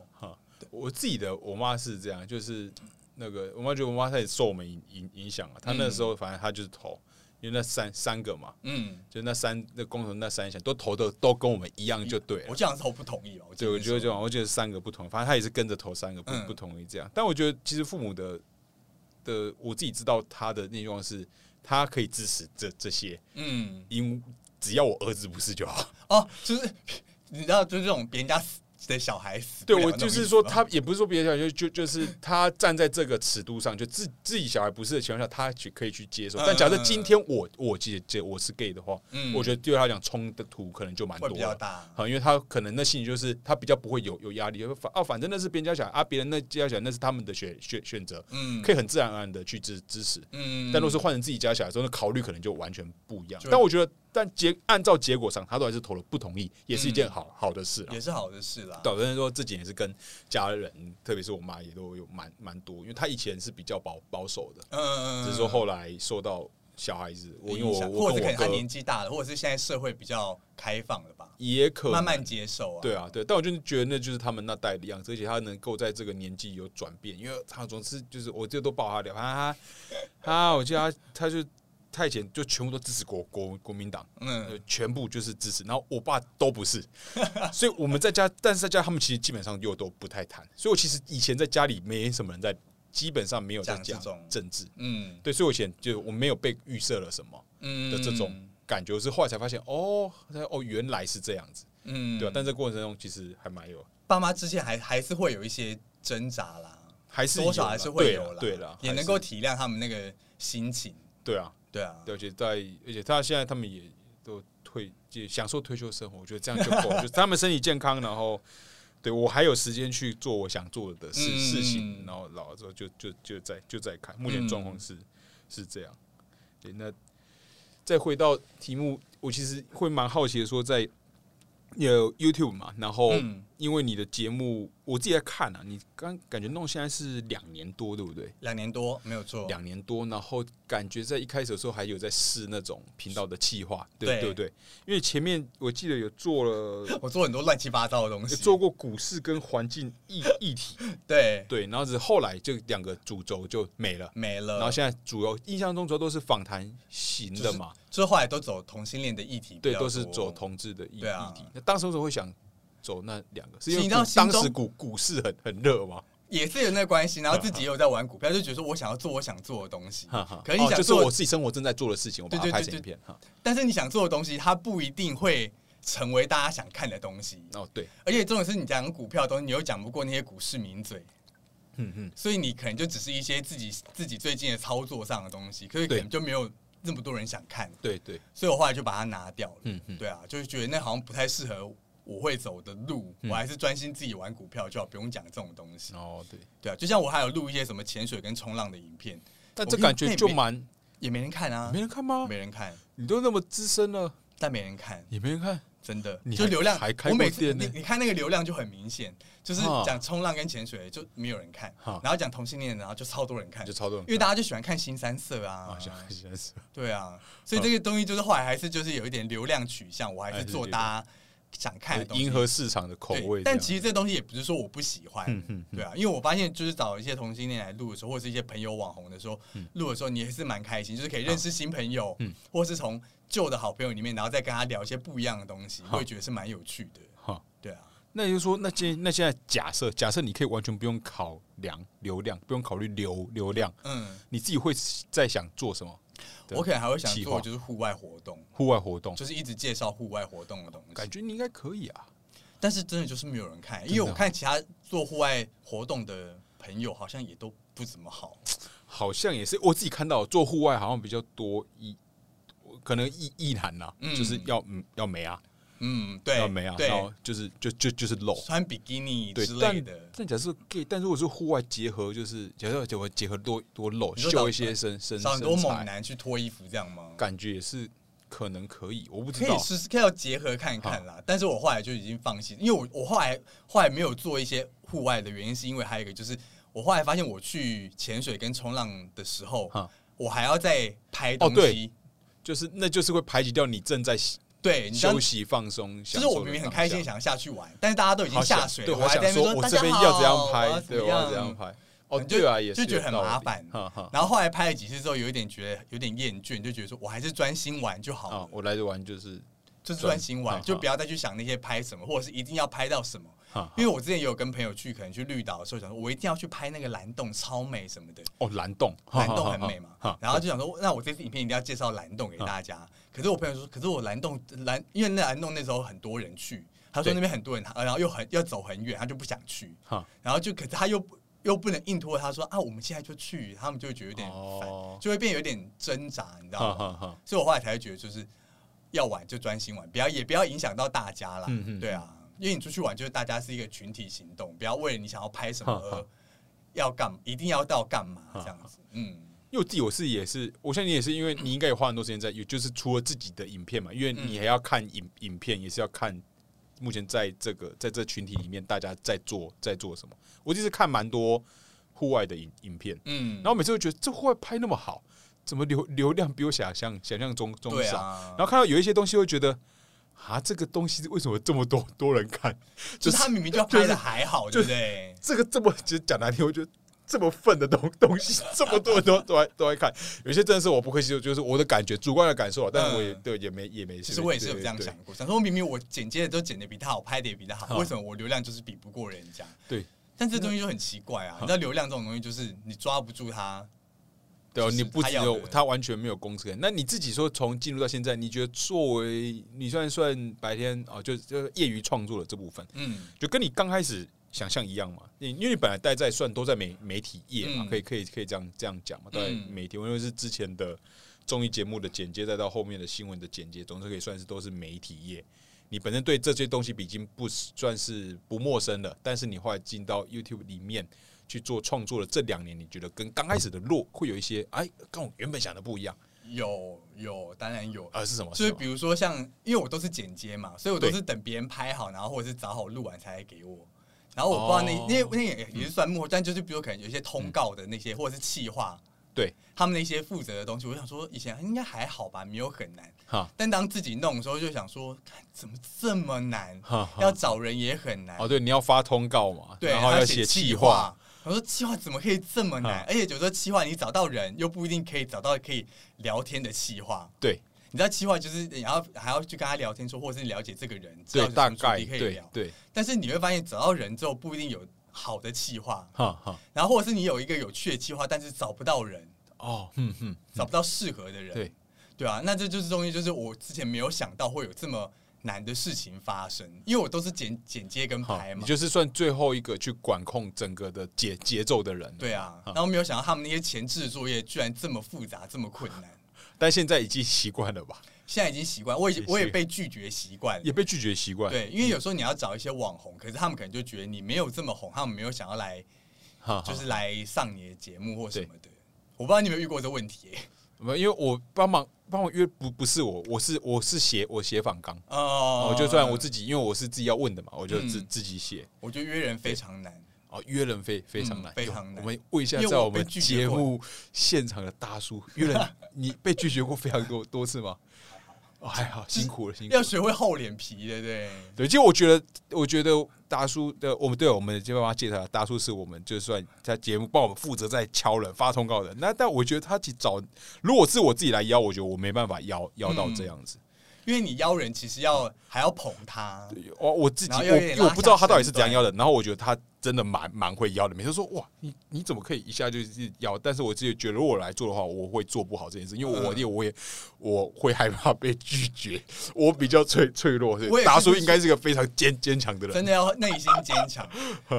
[SPEAKER 1] 我自己的我妈是这样，就是那个我妈觉得我妈她也受我们影影影响啊，她那时候反正她就是投，因为那三三个嘛，
[SPEAKER 2] 嗯，
[SPEAKER 1] 就那三那工程那三项都投的都跟我们一样就对
[SPEAKER 2] 我
[SPEAKER 1] 了。
[SPEAKER 2] 这样是投不同意吧？我记
[SPEAKER 1] 对，
[SPEAKER 2] 得
[SPEAKER 1] 我
[SPEAKER 2] 那
[SPEAKER 1] 觉得
[SPEAKER 2] 时
[SPEAKER 1] 这
[SPEAKER 2] 候
[SPEAKER 1] 样，我觉得三个不同，反正他也是跟着投三个不、
[SPEAKER 2] 嗯
[SPEAKER 1] 不同意这样。但我觉得其实父母的的我自己知道他的内容是，他可以支持这这些，
[SPEAKER 2] 嗯，
[SPEAKER 1] 因只要我儿子不是就好。
[SPEAKER 2] 哦，就是 你知道，就是这种别人家死的小孩死不了啊
[SPEAKER 1] 对
[SPEAKER 2] 那
[SPEAKER 1] 我
[SPEAKER 2] 种意思吗，
[SPEAKER 1] 就是说，他也不是说别的小孩，就就就是他站在这个尺度上，就自自己小孩不是的情况下，他去可以去接受。
[SPEAKER 2] 嗯
[SPEAKER 1] 但假设
[SPEAKER 2] 嗯嗯
[SPEAKER 1] 今天我我姐姐我是 gay 的话，
[SPEAKER 2] 嗯
[SPEAKER 1] 我觉得对他来讲冲的图可能就蛮
[SPEAKER 2] 会
[SPEAKER 1] 多
[SPEAKER 2] 比
[SPEAKER 1] 了
[SPEAKER 2] 较。大，
[SPEAKER 1] 好，因为他可能那心里就是他比较不会有有压力，反哦，反正那是别人家小孩啊，别人那家小孩那是他们的选选选择，
[SPEAKER 2] 嗯，
[SPEAKER 1] 可以很自然而然的去支支持。
[SPEAKER 2] 嗯，
[SPEAKER 1] 但若是换成自己家小孩之后，那考虑可能就完全不一样
[SPEAKER 2] 就。
[SPEAKER 1] 但我觉得，但结按照结果上，他都还是投了不同意，也是一
[SPEAKER 2] 嗯
[SPEAKER 1] 件好好的事啊。
[SPEAKER 2] 也是好的事啦。
[SPEAKER 1] 导致说自己也是跟家人，特别是我妈也都有蛮蛮多，因为她以前是比较保保守的，
[SPEAKER 2] 嗯，
[SPEAKER 1] 只是说后来受到小孩子，我因为
[SPEAKER 2] 影
[SPEAKER 1] 我
[SPEAKER 2] 响
[SPEAKER 1] 我
[SPEAKER 2] 或者
[SPEAKER 1] 跟
[SPEAKER 2] 可
[SPEAKER 1] 我
[SPEAKER 2] 能他
[SPEAKER 1] 哥
[SPEAKER 2] 年纪大了，或者是现在社会比较开放了吧，
[SPEAKER 1] 也可能
[SPEAKER 2] 慢慢接受啊。
[SPEAKER 1] 对啊，对，但我就是觉得那就是他们那代的样子，而且他能够在这个年纪有转变，因为他总是就是我这都爆他料，他他他，我记得他他就他以前就全部都支持国国国民党，呃
[SPEAKER 2] 嗯，
[SPEAKER 1] 全部就是支持，然后我爸都不 是，所以我们在家，但是在家他们其实基本上又都不太谈，所以我其实以前在家里没什么人在，基本上没有在
[SPEAKER 2] 讲这
[SPEAKER 1] 讲
[SPEAKER 2] 种
[SPEAKER 1] 政治，
[SPEAKER 2] 嗯
[SPEAKER 1] 对，所以我以前就我没有被预设了什么
[SPEAKER 2] 嗯
[SPEAKER 1] 的这种，感觉，我是后来才发现，哦，哦，原来是这样子，
[SPEAKER 2] 嗯，
[SPEAKER 1] 对啊，但这过程中其实还蛮有
[SPEAKER 2] 爸妈之间还还是会有一些挣扎啦，
[SPEAKER 1] 还是
[SPEAKER 2] 多少
[SPEAKER 1] 有
[SPEAKER 2] 还
[SPEAKER 1] 啦
[SPEAKER 2] 是会
[SPEAKER 1] 对
[SPEAKER 2] 有
[SPEAKER 1] 啦
[SPEAKER 2] 啦，
[SPEAKER 1] 对啦，
[SPEAKER 2] 也
[SPEAKER 1] 还
[SPEAKER 2] 能
[SPEAKER 1] 是
[SPEAKER 2] 够体谅他们那个心情，
[SPEAKER 1] 对啊，
[SPEAKER 2] 对啊，
[SPEAKER 1] 对而且在而且他现在他们也都退也享受退休生活，我觉得这样就够， 了，就是他们身体健康，然后对我还有时间去做我想做的事、
[SPEAKER 2] 嗯嗯
[SPEAKER 1] 事情，然后老了之后就就就在就在看，目前状况是、是这样。对，那再回到题目，我其实会蛮好奇的，说在有 YouTube 嘛，然后
[SPEAKER 2] 嗯
[SPEAKER 1] 因为你的节目我自己在看啊，你刚感觉弄现在是两年多，对不对？
[SPEAKER 2] 两年多没有错，
[SPEAKER 1] 两年多，然后感觉在一开始的时候还有在试那种频道的企划，对
[SPEAKER 2] 对
[SPEAKER 1] 对不对？因为前面我记得有做了，
[SPEAKER 2] 我做很多乱七八糟的东
[SPEAKER 1] 有
[SPEAKER 2] 西，
[SPEAKER 1] 做过股市跟环境议议题，
[SPEAKER 2] 对
[SPEAKER 1] 对，然后是后来就两个主轴就没了，
[SPEAKER 2] 没了，
[SPEAKER 1] 然后现在主要印象中主要都是访谈型的嘛，
[SPEAKER 2] 就是后来都走同性恋的议题比
[SPEAKER 1] 对，
[SPEAKER 2] 较
[SPEAKER 1] 都是
[SPEAKER 2] 多
[SPEAKER 1] 走同志的议
[SPEAKER 2] 对啊
[SPEAKER 1] 议题。那当时为什么会想走那两个？是因为
[SPEAKER 2] 你知道
[SPEAKER 1] 股
[SPEAKER 2] 心
[SPEAKER 1] 当
[SPEAKER 2] 中
[SPEAKER 1] 时股股市很很热吗？
[SPEAKER 2] 也是有那个关系，然后自己也有在玩股票，就觉得说我想要做我想做的东西，可是你
[SPEAKER 1] 哦
[SPEAKER 2] 想
[SPEAKER 1] 就是
[SPEAKER 2] 做，
[SPEAKER 1] 我自己生活正在做的事情，我把它
[SPEAKER 2] 对对
[SPEAKER 1] 拍
[SPEAKER 2] 对
[SPEAKER 1] 成
[SPEAKER 2] 对
[SPEAKER 1] 影片哈。
[SPEAKER 2] 但是你想做的东西，它不一定会成为大家想看的东西，
[SPEAKER 1] 哦，对，
[SPEAKER 2] 而且重点是你讲股票的东西，你又讲不过那些股市名嘴，
[SPEAKER 1] 嗯嗯，
[SPEAKER 2] 所以你可能就只是一些自己自己最近的操作上的东西，可是可
[SPEAKER 1] 对
[SPEAKER 2] 能就没有那么多人想看，
[SPEAKER 1] 对对，
[SPEAKER 2] 所以我后来就把它拿掉了。
[SPEAKER 1] 嗯嗯。
[SPEAKER 2] 对啊，就是觉得那好像不太适合我会走的路，
[SPEAKER 1] 嗯
[SPEAKER 2] 我还是专心自己玩股票就好，不用讲这种东西。
[SPEAKER 1] 哦，对，
[SPEAKER 2] 对啊，就像我还有录一些什么潜水跟冲浪的影片，
[SPEAKER 1] 但
[SPEAKER 2] 我
[SPEAKER 1] 这
[SPEAKER 2] 跟
[SPEAKER 1] 感觉
[SPEAKER 2] 妹
[SPEAKER 1] 就
[SPEAKER 2] 妹
[SPEAKER 1] 蛮
[SPEAKER 2] 也没人看啊，
[SPEAKER 1] 没人看吗？
[SPEAKER 2] 没人看，
[SPEAKER 1] 你都那么资深了，
[SPEAKER 2] 但没人看，
[SPEAKER 1] 也没人看。
[SPEAKER 2] 真的
[SPEAKER 1] 你，
[SPEAKER 2] 就
[SPEAKER 1] 还
[SPEAKER 2] 流量
[SPEAKER 1] 还开
[SPEAKER 2] 我每
[SPEAKER 1] 过
[SPEAKER 2] 次
[SPEAKER 1] 店呢
[SPEAKER 2] 你你看那个流量就很明显，就是
[SPEAKER 1] 啊
[SPEAKER 2] 讲冲浪跟潜水就没有人看
[SPEAKER 1] 啊，
[SPEAKER 2] 然后讲同性恋，然后就超多人看
[SPEAKER 1] 就，超多人
[SPEAKER 2] 因为大家就喜欢看新三色啊
[SPEAKER 1] 啊，，现在是
[SPEAKER 2] 对啊，所以这个东西就是后来还是就是有一点流量取向，我还
[SPEAKER 1] 还
[SPEAKER 2] 是
[SPEAKER 1] 是
[SPEAKER 2] 做
[SPEAKER 1] 流哎
[SPEAKER 2] 大家想看的东西
[SPEAKER 1] 迎。合市场的口
[SPEAKER 2] 对
[SPEAKER 1] 味这样。
[SPEAKER 2] 但其实这东西也不是说我不喜欢，
[SPEAKER 1] 嗯嗯
[SPEAKER 2] 对啊，因为我发现就是找一些同性恋来录的时候，或者是一些朋友网红的时候，录、的时候你也是蛮开心，就是可以认识新朋友，
[SPEAKER 1] 嗯
[SPEAKER 2] 或是从旧的好朋友里面，然后再跟他聊一些不一样的东西，
[SPEAKER 1] 好
[SPEAKER 2] 我也觉得是蛮有趣的。
[SPEAKER 1] 哈，
[SPEAKER 2] 对啊，
[SPEAKER 1] 那也就是说，那现那现在假设假设你可以完全不用考量流量，不用考虑流流量，
[SPEAKER 2] 嗯，
[SPEAKER 1] 你自己会在想做什么？对啊
[SPEAKER 2] 我可能还会想
[SPEAKER 1] 企划
[SPEAKER 2] 做就是户外活动，
[SPEAKER 1] 户外活动，
[SPEAKER 2] 就是一直介绍户外活动的东
[SPEAKER 1] 感
[SPEAKER 2] 西，
[SPEAKER 1] 觉你应该可以啊。
[SPEAKER 2] 但是真的就是没有人看，因
[SPEAKER 1] 真
[SPEAKER 2] 为
[SPEAKER 1] 的哦
[SPEAKER 2] 我看其他做户外活动的朋友好像也都不怎么好，
[SPEAKER 1] 好像也是我自己看到做户外好像比较多一，可能一一男啦，
[SPEAKER 2] 嗯
[SPEAKER 1] 就是要嗯要美啊，
[SPEAKER 2] 嗯，对，
[SPEAKER 1] 要美啊，
[SPEAKER 2] 对
[SPEAKER 1] 然，后就是就就就是露，
[SPEAKER 2] 穿比基尼
[SPEAKER 1] 对
[SPEAKER 2] 之，类
[SPEAKER 1] 但
[SPEAKER 2] 的。
[SPEAKER 1] 但假设 gay，但如果是户外结合，就是假设结合结合多多露，
[SPEAKER 2] 你说
[SPEAKER 1] 秀
[SPEAKER 2] 找
[SPEAKER 1] 一些身身
[SPEAKER 2] 找很多
[SPEAKER 1] 身
[SPEAKER 2] 猛
[SPEAKER 1] 材，
[SPEAKER 2] 男去脱衣服这样吗？
[SPEAKER 1] 感觉也是可能可以，我不
[SPEAKER 2] 可
[SPEAKER 1] 知
[SPEAKER 2] 以
[SPEAKER 1] 道。
[SPEAKER 2] 试试，可以要结合看看啦。但是我后来就已经放弃，因为我我后来后来没有做一些户外的原因，是因为还有一个就是我后来发现我去潜水跟冲浪的时候
[SPEAKER 1] 哈，
[SPEAKER 2] 我还要再拍东
[SPEAKER 1] 哦对
[SPEAKER 2] 西。
[SPEAKER 1] 就是那就是会排挤掉你正在休
[SPEAKER 2] 对，你知道，
[SPEAKER 1] 休
[SPEAKER 2] 就
[SPEAKER 1] 息放松，
[SPEAKER 2] 是我明明很开心想要下去玩，但是大家都已经
[SPEAKER 1] 好想
[SPEAKER 2] 下水了，
[SPEAKER 1] 对，
[SPEAKER 2] 我还
[SPEAKER 1] 想
[SPEAKER 2] 在那边
[SPEAKER 1] 说
[SPEAKER 2] 说
[SPEAKER 1] 我
[SPEAKER 2] 大
[SPEAKER 1] 这
[SPEAKER 2] 家
[SPEAKER 1] 边
[SPEAKER 2] 好，
[SPEAKER 1] 要怎样
[SPEAKER 2] 我
[SPEAKER 1] 拍，
[SPEAKER 2] 要
[SPEAKER 1] 对，
[SPEAKER 2] 怎
[SPEAKER 1] 我要怎样拍。哦，
[SPEAKER 2] 就
[SPEAKER 1] 对啊，也是
[SPEAKER 2] 就觉得很
[SPEAKER 1] 有道理
[SPEAKER 2] 麻烦
[SPEAKER 1] 哈哈。
[SPEAKER 2] 然后后来拍了几次之后，有一点觉得有点厌倦，就觉得说我还是专心玩就好了
[SPEAKER 1] 啊，。我来玩就是
[SPEAKER 2] 就是专心玩，
[SPEAKER 1] 嗯
[SPEAKER 2] 就不要再去想那些拍什么，或者是一定要拍到什么
[SPEAKER 1] 嗯。
[SPEAKER 2] 因为我之前也有跟朋友去，可能去绿岛的时候，想说我一定要去拍那个蓝洞超美什么的，
[SPEAKER 1] 哦，蓝洞，
[SPEAKER 2] 蓝洞很美
[SPEAKER 1] 哈哈
[SPEAKER 2] 嘛。然后就想说，那我这次影片一定要介绍蓝洞给大家。可是我朋友说，可是我蓝洞蓝，因为那蓝洞那时候很多人去，他说
[SPEAKER 1] 对
[SPEAKER 2] 那边很多人，呃然后又很要走很远，他就不想去
[SPEAKER 1] 哈。
[SPEAKER 2] 然后就可是他又又不能硬拖，他说啊，我们现在就去，他们就会觉得有点烦
[SPEAKER 1] 哦，
[SPEAKER 2] 就会变有点挣扎，你知道
[SPEAKER 1] 哈
[SPEAKER 2] 吗？
[SPEAKER 1] 哈哈。
[SPEAKER 2] 所以我后来才会觉得，就是要玩就专心玩，不要也不要影响到大家啦。
[SPEAKER 1] 嗯嗯
[SPEAKER 2] 对啊，因为你出去玩就是大家是一个群体行动，不要为了你想要拍什么
[SPEAKER 1] 哈
[SPEAKER 2] 而要干，一定要到干嘛这样子。嗯，
[SPEAKER 1] 因为我自己我是也是，我相信你也是，因为你应该也花很多时间在，也就是除了自己的影片嘛，因为你还要看影影片，也是要看目前在这个在这群体里面大家在做在做什么。我就是看蛮多户外的影影片，
[SPEAKER 2] 嗯
[SPEAKER 1] 然，后每次都觉得这户外拍那么好，怎么流流量比我想象想象中中
[SPEAKER 2] 对
[SPEAKER 1] 少？
[SPEAKER 2] 啊
[SPEAKER 1] 然，后看到有一些东西会觉得啊，这个东西为什么这么多多人看？
[SPEAKER 2] 就
[SPEAKER 1] 就是是
[SPEAKER 2] 他明明就
[SPEAKER 1] 就是
[SPEAKER 2] 拍的还好，对
[SPEAKER 1] 就
[SPEAKER 2] 不对？
[SPEAKER 1] 这个这么其实讲难听，我觉得这么笨的东东西，这么多人都都爱都爱看，有些真的是我不会接受，就是我的感觉，主观的感受啊，但我也、对也没也没事。
[SPEAKER 2] 其实我也是有这样想过，想说明明我剪接的都剪的比他好，拍的也比他好，
[SPEAKER 1] 嗯
[SPEAKER 2] 为什么我流量就是比不过人家？
[SPEAKER 1] 对，对，
[SPEAKER 2] 但这东西就很奇怪啊！你知道流量这种东西，就是你抓不住它，
[SPEAKER 1] 对啊，
[SPEAKER 2] 就是
[SPEAKER 1] 你不
[SPEAKER 2] 他
[SPEAKER 1] 只
[SPEAKER 2] 要
[SPEAKER 1] 有
[SPEAKER 2] 的
[SPEAKER 1] 他完全没有公司感。那你自己说从进入到现在，你觉得作为你算算白天哦，就就业余创作的这部分，
[SPEAKER 2] 嗯，
[SPEAKER 1] 就跟你刚开始想象一样嘛？你因为你本来待在算都在媒媒体业嘛，
[SPEAKER 2] 嗯
[SPEAKER 1] 可以可以可以这样这样讲嘛？对，
[SPEAKER 2] 嗯
[SPEAKER 1] 媒体，因为是之前的综艺节目的剪接，再到后面的新闻的剪接，总之可以算是都是媒体业。你本身对这些东西已经不是算是不陌生了，但是你后来进到 YouTube 里面去做创作的这两年，你觉得跟刚开始的落会有一些哎，跟我原本想的不一样
[SPEAKER 2] 有有，当然有。
[SPEAKER 1] 啊？是什么？
[SPEAKER 2] 就是
[SPEAKER 1] 什么
[SPEAKER 2] 比如说像，因为我都是剪接嘛，所以我都
[SPEAKER 1] 对
[SPEAKER 2] 是等别人拍好，然后或者是找好录完才来给我。然后我不知道那、
[SPEAKER 1] 哦
[SPEAKER 2] 因为那也也是算幕后，但就是比如可能有一些通告的那
[SPEAKER 1] 嗯
[SPEAKER 2] 些，或者是企划，
[SPEAKER 1] 对
[SPEAKER 2] 他们那些负责的东西，我想说以前应该还好吧，没有很难。
[SPEAKER 1] 哈
[SPEAKER 2] 但当自己弄的时候，就想说，看怎么这么难，
[SPEAKER 1] 哈哈
[SPEAKER 2] 要找人也很难。
[SPEAKER 1] 哦，对，你要发通告嘛，
[SPEAKER 2] 对，
[SPEAKER 1] 然后
[SPEAKER 2] 还
[SPEAKER 1] 要
[SPEAKER 2] 要
[SPEAKER 1] 写
[SPEAKER 2] 企
[SPEAKER 1] 企划，。嗯
[SPEAKER 2] 我说企划怎么可以这么难？而且有时候企划你找到人，又不一定可以找到可以聊天的企划。
[SPEAKER 1] 对
[SPEAKER 2] 你知道企划就是你要还要去跟他聊天说，或者是了解这个人，知道
[SPEAKER 1] 对，
[SPEAKER 2] 有
[SPEAKER 1] 大
[SPEAKER 2] 什么主
[SPEAKER 1] 概
[SPEAKER 2] 题可以
[SPEAKER 1] 对
[SPEAKER 2] 聊。
[SPEAKER 1] 对，
[SPEAKER 2] 但是你会发现找到人之后，不一定有好的企划，
[SPEAKER 1] 哈哈。
[SPEAKER 2] 然后或者是你有一个有趣的企划，但是找不到人，
[SPEAKER 1] 哦，嗯嗯，
[SPEAKER 2] 找不到适合的人。
[SPEAKER 1] 对，
[SPEAKER 2] 对啊，那这就是东西，就是我之前没有想到会有这么难的事情发生，因为我都是剪剪接跟
[SPEAKER 1] 好，
[SPEAKER 2] 拍
[SPEAKER 1] 你
[SPEAKER 2] 嘛。
[SPEAKER 1] 就是算最后一个去管控整个的节节奏的人。，
[SPEAKER 2] 对啊，
[SPEAKER 1] 好
[SPEAKER 2] 然后没有想到他们那些前置作业居然这么复杂，这么困难。
[SPEAKER 1] 但现在已经习惯了吧，
[SPEAKER 2] 现在已经习惯，我已经
[SPEAKER 1] 也是
[SPEAKER 2] 我也被拒绝习惯
[SPEAKER 1] 也
[SPEAKER 2] 了。
[SPEAKER 1] 被拒绝习惯。，
[SPEAKER 2] 对，因为有时候你要找一些网红，可是他们可能就觉得你没有这么红，他们没有想要来，
[SPEAKER 1] 哈哈，
[SPEAKER 2] 就是来上你的节目或什么的。我不知道你有没有遇过这个问题、欸
[SPEAKER 1] 没有因为我帮忙帮我约不不是我，我是我是写我写访纲，
[SPEAKER 2] 哦
[SPEAKER 1] 我就算我自己，因为我是自己要问的嘛，我就自
[SPEAKER 2] 嗯
[SPEAKER 1] 自己写。
[SPEAKER 2] 我觉得约人非常难。
[SPEAKER 1] 哦，约人非非常
[SPEAKER 2] 嗯
[SPEAKER 1] 难，
[SPEAKER 2] 非常难
[SPEAKER 1] 我们问一下，
[SPEAKER 2] 因为
[SPEAKER 1] 在
[SPEAKER 2] 我
[SPEAKER 1] 我们
[SPEAKER 2] 被拒绝
[SPEAKER 1] 节目现场的大叔，约 人你被拒绝过非常多多次吗？哦，还好，辛苦了，辛苦了
[SPEAKER 2] 要。学会厚脸皮，对不对？
[SPEAKER 1] 对，其实我觉得，我觉得达叔的，我们对我们就帮他介绍，达叔是我们就算在节目帮我们负责在敲人、发通告的。那但我觉得他去找，如果是我自己来邀，我觉得我没办法邀邀到
[SPEAKER 2] 嗯
[SPEAKER 1] 这样子。
[SPEAKER 2] 因为你邀人，其实要还要捧他，
[SPEAKER 1] 我哦我自己
[SPEAKER 2] 然后又有点
[SPEAKER 1] 我我
[SPEAKER 2] 拉
[SPEAKER 1] 不知道
[SPEAKER 2] 下
[SPEAKER 1] 他到底
[SPEAKER 2] 身
[SPEAKER 1] 是怎样
[SPEAKER 2] 段
[SPEAKER 1] 邀的，然后我觉得他真的蛮蛮会邀的。每次说哇，你你怎么可以一下就是邀？但是我自己觉得，如果我来做的话，我会做不好这件事，因为我
[SPEAKER 2] 嗯
[SPEAKER 1] 也我也我会害怕被拒绝，我比较脆脆弱。所
[SPEAKER 2] 我
[SPEAKER 1] 以
[SPEAKER 2] 也
[SPEAKER 1] 达
[SPEAKER 2] 是
[SPEAKER 1] 叔
[SPEAKER 2] 就是
[SPEAKER 1] 应该是个非常坚坚强的人，
[SPEAKER 2] 真的要内心坚 强，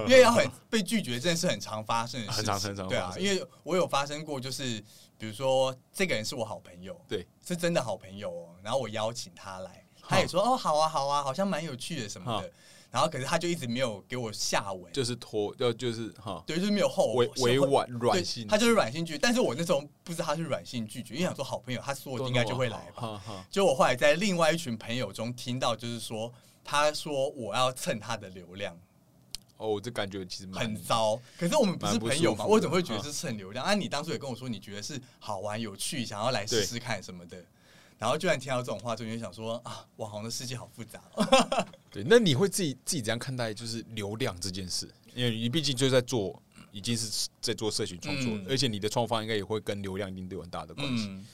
[SPEAKER 2] 因为要很被拒绝，真的是很常发生的事情。
[SPEAKER 1] 很常很常
[SPEAKER 2] 对
[SPEAKER 1] 发
[SPEAKER 2] 啊，
[SPEAKER 1] 生
[SPEAKER 2] 因为我有发生过，就是比如说这个人是我好朋友，
[SPEAKER 1] 对，
[SPEAKER 2] 是真的好朋友哦，然后我邀请他来，他也说哦好啊好啊，好像蛮有趣的什么的，然后可是他就一直没有给我下文，
[SPEAKER 1] 就是拖，要就是哈。
[SPEAKER 2] 对，就是没有后
[SPEAKER 1] 委委婉软
[SPEAKER 2] 对
[SPEAKER 1] 性，
[SPEAKER 2] 他就是软性拒绝，但是我那时候不知道他是软性拒绝，因为想说好朋友，他说我应该就会来吧。
[SPEAKER 1] 哈哈
[SPEAKER 2] 就我后来在另外一群朋友中听到，就是说他说我要蹭他的流量，
[SPEAKER 1] 哦，我这感觉其实蛮
[SPEAKER 2] 很糟。可是我们不是朋
[SPEAKER 1] 蛮不舒
[SPEAKER 2] 友嘛，
[SPEAKER 1] 服的
[SPEAKER 2] 我怎么会觉得是蹭流量？啊，你当初也跟我说你觉得是好玩有趣，想要来试试看什么的。然后居然听到这种话，就你就想说啊，网红的世界好复杂、哦。
[SPEAKER 1] 对。那你会自己自己怎样看待就是流量这件事？因为你毕竟就在做，已经是在做社群创作了，
[SPEAKER 2] 嗯
[SPEAKER 1] 而且你的创方应该也会跟流量一定都有很大的关系。
[SPEAKER 2] 嗯，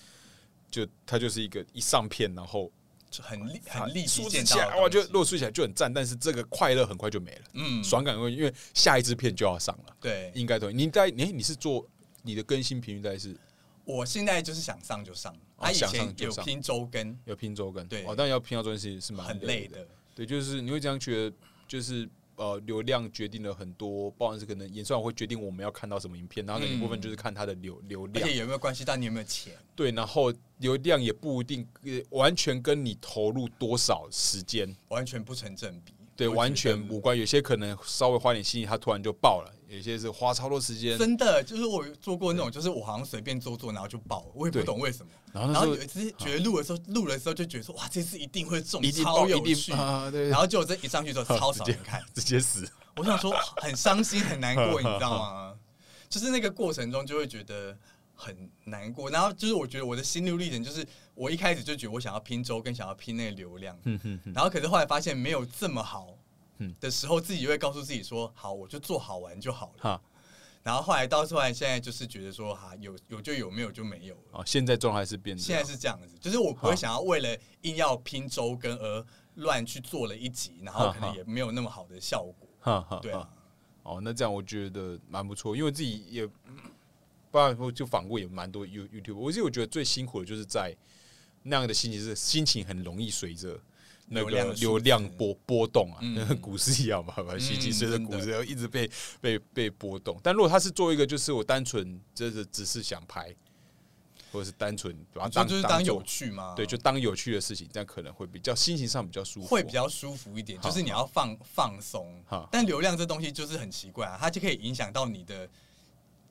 [SPEAKER 1] 就它就是一个一上片，然后
[SPEAKER 2] 就 很立
[SPEAKER 1] 它
[SPEAKER 2] 很立即
[SPEAKER 1] 数字
[SPEAKER 2] 见
[SPEAKER 1] 起
[SPEAKER 2] 到的
[SPEAKER 1] 来，哇，就
[SPEAKER 2] 东西
[SPEAKER 1] 落数起来就很赞，但是这个快乐很快就没了，
[SPEAKER 2] 嗯，
[SPEAKER 1] 爽感会因为下一支片就要上了，
[SPEAKER 2] 对。
[SPEAKER 1] 应该都你在你你是做你的更新频率大概是
[SPEAKER 2] 我现在就是想上就上，
[SPEAKER 1] 哦
[SPEAKER 2] 他、以
[SPEAKER 1] 想上
[SPEAKER 2] 前
[SPEAKER 1] 就
[SPEAKER 2] 有
[SPEAKER 1] 上
[SPEAKER 2] 拼周更，
[SPEAKER 1] 有拼周更，
[SPEAKER 2] 对
[SPEAKER 1] 哦，但要拼到周更是是蛮
[SPEAKER 2] 很累的。
[SPEAKER 1] 对，就是你会这样觉得，就是呃，流量决定了很多，包含是可能演算法会决定我们要看到什么影片，然后那一部分就是看它的流流
[SPEAKER 2] 嗯而
[SPEAKER 1] 量
[SPEAKER 2] 且，有没有关系到你有没有钱？
[SPEAKER 1] 对，然后流量也不一定呃完全跟你投入多少时间，
[SPEAKER 2] 完全不成正比。
[SPEAKER 1] 对，
[SPEAKER 2] 我觉得
[SPEAKER 1] 完全无关。有些可能稍微花点心力，它突然就爆了；有些是花超多时间，
[SPEAKER 2] 真的就是我做过那种，就是我好像随便做做，然后就爆了，我也不
[SPEAKER 1] 对
[SPEAKER 2] 懂为什么。
[SPEAKER 1] 然后
[SPEAKER 2] 然
[SPEAKER 1] 那时
[SPEAKER 2] 后
[SPEAKER 1] 候
[SPEAKER 2] 有一次觉得录的时候，录的时候就觉得说，哇，这次一定会中，
[SPEAKER 1] 一定
[SPEAKER 2] 超
[SPEAKER 1] 爆，
[SPEAKER 2] 有
[SPEAKER 1] 一
[SPEAKER 2] 趣
[SPEAKER 1] 定。啊，对，
[SPEAKER 2] 然
[SPEAKER 1] 后
[SPEAKER 2] 后结果这一上去之后，超少人看，
[SPEAKER 1] 直接死。
[SPEAKER 2] 我想说很伤心、很难 过，你知道吗？就是那个过程中就会觉得很难过。然后就是我觉得我的心路历程，就是我一开始就觉得我想要拼周，跟想要拼那个流量，然后可是后来发现没有这么好
[SPEAKER 1] 嗯
[SPEAKER 2] 的时候，自己就会告诉自己说，好，我就做好玩就好了。
[SPEAKER 1] 哈
[SPEAKER 2] 然后后来到后来，现在就是觉得说，哈，有有就有，没有就没有了。
[SPEAKER 1] 啊，现在状态是变这
[SPEAKER 2] 现在
[SPEAKER 1] 样，
[SPEAKER 2] 是这样子，就是我不会想要为了硬要拼周更而乱去做了一集，然后可能也没有那么好的效果。
[SPEAKER 1] 哈哈，
[SPEAKER 2] 对
[SPEAKER 1] 哈
[SPEAKER 2] 啊，
[SPEAKER 1] 哦，那这样我觉得蛮不错，因为我自己也不然我就访过也蛮多 You YouTube。我是我觉得最辛苦的就是在那样的心情是心情很容易随着。那
[SPEAKER 2] 流量
[SPEAKER 1] 个
[SPEAKER 2] 的数字
[SPEAKER 1] 流量波波动啊，
[SPEAKER 2] 嗯
[SPEAKER 1] 那个 股市一样嘛，反正习近随着
[SPEAKER 2] 真的
[SPEAKER 1] 股市一直被被被波动。但如果他是做一个，就是我单纯就是只是想拍，或者是单纯把它
[SPEAKER 2] 这
[SPEAKER 1] 当
[SPEAKER 2] 就是
[SPEAKER 1] 当
[SPEAKER 2] 当
[SPEAKER 1] 做
[SPEAKER 2] 有趣啊吗？
[SPEAKER 1] 对，就当有趣的事情，这样可能会比较心情上比较舒服，
[SPEAKER 2] 会比较舒服一点，
[SPEAKER 1] 好
[SPEAKER 2] 就是你要放放松
[SPEAKER 1] 好。
[SPEAKER 2] 但流量这东西就是很奇怪啊，它就可以影响到你的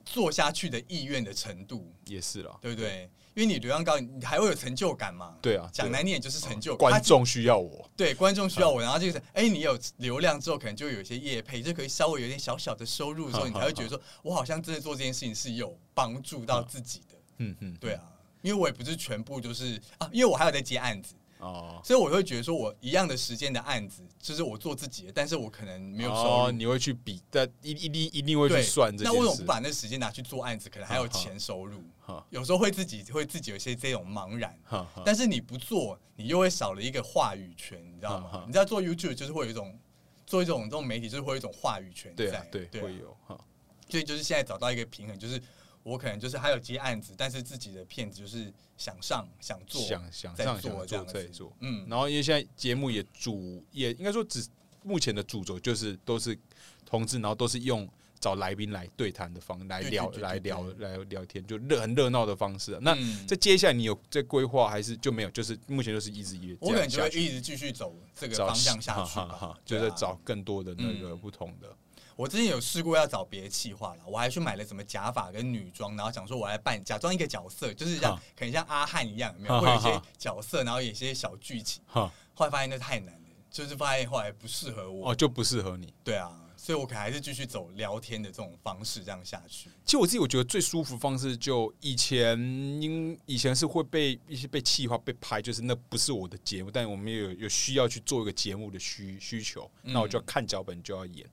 [SPEAKER 2] 做下去的意愿的程度，
[SPEAKER 1] 也是啦。
[SPEAKER 2] 对不对？因为你流量高，你还会有成就感嘛。
[SPEAKER 1] 对啊，
[SPEAKER 2] 讲
[SPEAKER 1] 对啊
[SPEAKER 2] 难听点就是成就感。
[SPEAKER 1] 观众需要我
[SPEAKER 2] 它，对观众需要我，然后就是哎，你有流量之后，可能就有一些业配，就可以稍微有点小小的收入的时候，
[SPEAKER 1] 好
[SPEAKER 2] 你才会觉得说，我好像真的做这件事情是有帮助到自己的。
[SPEAKER 1] 嗯嗯，
[SPEAKER 2] 对啊，因为我也不是全部就是啊，因为我还有在接案子。
[SPEAKER 1] 哦，
[SPEAKER 2] 所以我会觉得说，我一样的时间的案子，就是我做自己的，但是我可能没有收
[SPEAKER 1] 哦
[SPEAKER 2] 入，
[SPEAKER 1] 你会去比，但一一定一定会去
[SPEAKER 2] 对，
[SPEAKER 1] 算这
[SPEAKER 2] 那
[SPEAKER 1] 件
[SPEAKER 2] 为什么
[SPEAKER 1] 事
[SPEAKER 2] 不。把那时间拿去做案子？可能还有钱收入
[SPEAKER 1] 好好，
[SPEAKER 2] 有时候会自己会自己有一些这种茫然。
[SPEAKER 1] 哈哈
[SPEAKER 2] 但是你不做，你又会少了一个话语权，你知
[SPEAKER 1] 好
[SPEAKER 2] 道吗
[SPEAKER 1] 好？
[SPEAKER 2] 你知道做 YouTube 就是会有一种做一种这种媒体，就是会有一种话语权
[SPEAKER 1] 对
[SPEAKER 2] 在
[SPEAKER 1] 啊，，对，
[SPEAKER 2] 对啊
[SPEAKER 1] 会有哈，
[SPEAKER 2] 所以就是现在找到一个平衡，就是我可能就是还有接案子，但是自己的片子就是想上想做，
[SPEAKER 1] 想想
[SPEAKER 2] 在
[SPEAKER 1] 上
[SPEAKER 2] 做
[SPEAKER 1] 想
[SPEAKER 2] 这
[SPEAKER 1] 做
[SPEAKER 2] 样
[SPEAKER 1] 再
[SPEAKER 2] 子
[SPEAKER 1] 做，
[SPEAKER 2] 嗯，
[SPEAKER 1] 然后因为现在节目也主也应该说只目前的主轴就是都是同志，然后都是用找来宾来对谈的方来
[SPEAKER 2] 对对
[SPEAKER 1] 聊
[SPEAKER 2] 对对
[SPEAKER 1] 来
[SPEAKER 2] 对
[SPEAKER 1] 聊来聊天，就热很热闹的方式啊。那
[SPEAKER 2] 嗯
[SPEAKER 1] 在接下来你有在规划还是就没有？就是目前就是一直也
[SPEAKER 2] 我可能就
[SPEAKER 1] 这
[SPEAKER 2] 会
[SPEAKER 1] 样下去
[SPEAKER 2] 一直继续走这个
[SPEAKER 1] 找
[SPEAKER 2] 方向下
[SPEAKER 1] 哈
[SPEAKER 2] 去
[SPEAKER 1] 哈
[SPEAKER 2] 吧，
[SPEAKER 1] 哈就
[SPEAKER 2] 对啊
[SPEAKER 1] 在找更多的那个
[SPEAKER 2] 嗯
[SPEAKER 1] 不同的。
[SPEAKER 2] 我之前有试过要找别的企划了，我还去买了什么假发跟女装，然后想说我来扮假装一个角色，就是像
[SPEAKER 1] 哈
[SPEAKER 2] 可能像阿汉一样，有没
[SPEAKER 1] 哈
[SPEAKER 2] 有？会有一
[SPEAKER 1] 哈
[SPEAKER 2] 些
[SPEAKER 1] 哈
[SPEAKER 2] 角色，然后有一些小剧情。
[SPEAKER 1] 哈
[SPEAKER 2] 后来发现那太难了，就是发现后来不适合我。
[SPEAKER 1] 哦，就不适合你。
[SPEAKER 2] 对啊，所以我可能还是继续走聊天的这种方式这样下去。
[SPEAKER 1] 其实我自己我觉得最舒服的方式，就以前因以前是会被一些被气化被拍，就是那不是我的节目，但我们也有有需要去做一个节目的需需求，那我就要看脚本就要演。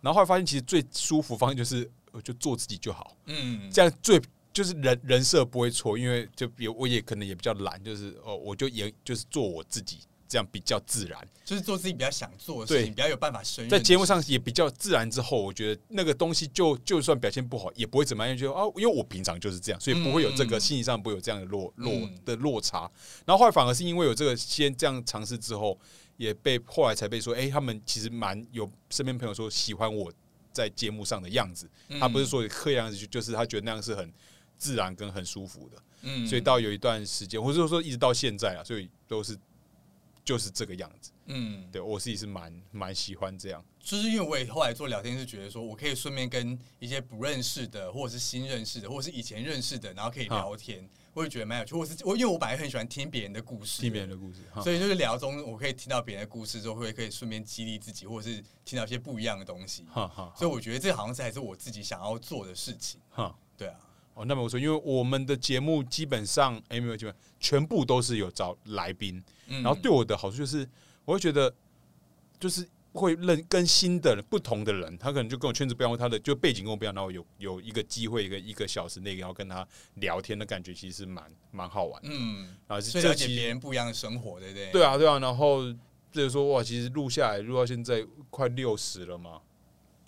[SPEAKER 1] 然后后来发现，其实最舒服的方式就是我就做自己就好，
[SPEAKER 2] 嗯，
[SPEAKER 1] 这样最就是人人设不会错，因为就比如我也可能也比较懒，就是哦我就也就是做我自己，这样比较自然。
[SPEAKER 2] 就是做自己比较想做的事
[SPEAKER 1] 对
[SPEAKER 2] 情，比较有办法胜任。
[SPEAKER 1] 在节目上也比较自然之后，我觉得那个东西就就算表现不好，也不会怎么样，就觉得哦，因为我平常就是这样，所以不会有这个
[SPEAKER 2] 嗯
[SPEAKER 1] 心理上不会有这样的落落
[SPEAKER 2] 嗯
[SPEAKER 1] 的落差。然后后来反而是因为有这个先这样尝试之后，也被后来才被说，哎、他们其实蛮有身边朋友说喜欢我在节目上的样子，他
[SPEAKER 2] 嗯
[SPEAKER 1] 不是说刻意样子，就就是他觉得那样是很自然跟很舒服的。
[SPEAKER 2] 嗯，
[SPEAKER 1] 所以到有一段时间，或者说一直到现在啊，所以都是就是这个样子。
[SPEAKER 2] 嗯，
[SPEAKER 1] 对我自己是蛮蛮喜欢这样。
[SPEAKER 2] 就是因为我也后来做聊天是觉得说，我可以顺便跟一些不认识的，或者是新认识的，或者是以前认识的，然后可以聊天，我也觉得蛮有趣。我是我因为我本来很喜欢听别人的故事，
[SPEAKER 1] 听别人的故事，哈
[SPEAKER 2] 所以就是聊中我可以听到别人的故事之后，会可以顺便激励自己，或者是听到一些不一样的东西。
[SPEAKER 1] 哈哈
[SPEAKER 2] 所以我觉得这好像是还是我自己想要做的事情。
[SPEAKER 1] 哈。
[SPEAKER 2] 对啊，
[SPEAKER 1] 哦，那么我说，因为我们的节目基本上，哎、没有基本，全部都是有找来宾，
[SPEAKER 2] 嗯
[SPEAKER 1] 然后对我的好处就是，我会觉得就是会认跟新的人不同的人，他可能就跟我圈子不一样，或他的就背景跟我不一样，然后有有一个机会，一个一个小时内，然后跟他聊天的感觉，其实蛮蛮好玩的。
[SPEAKER 2] 嗯，
[SPEAKER 1] 然后是
[SPEAKER 2] 所以
[SPEAKER 1] 这
[SPEAKER 2] 了解
[SPEAKER 1] 期
[SPEAKER 2] 别人不一样的生活，对不对？
[SPEAKER 1] 对啊，对啊，然后就是说哇，其实录下来录到现在快六十了嘛，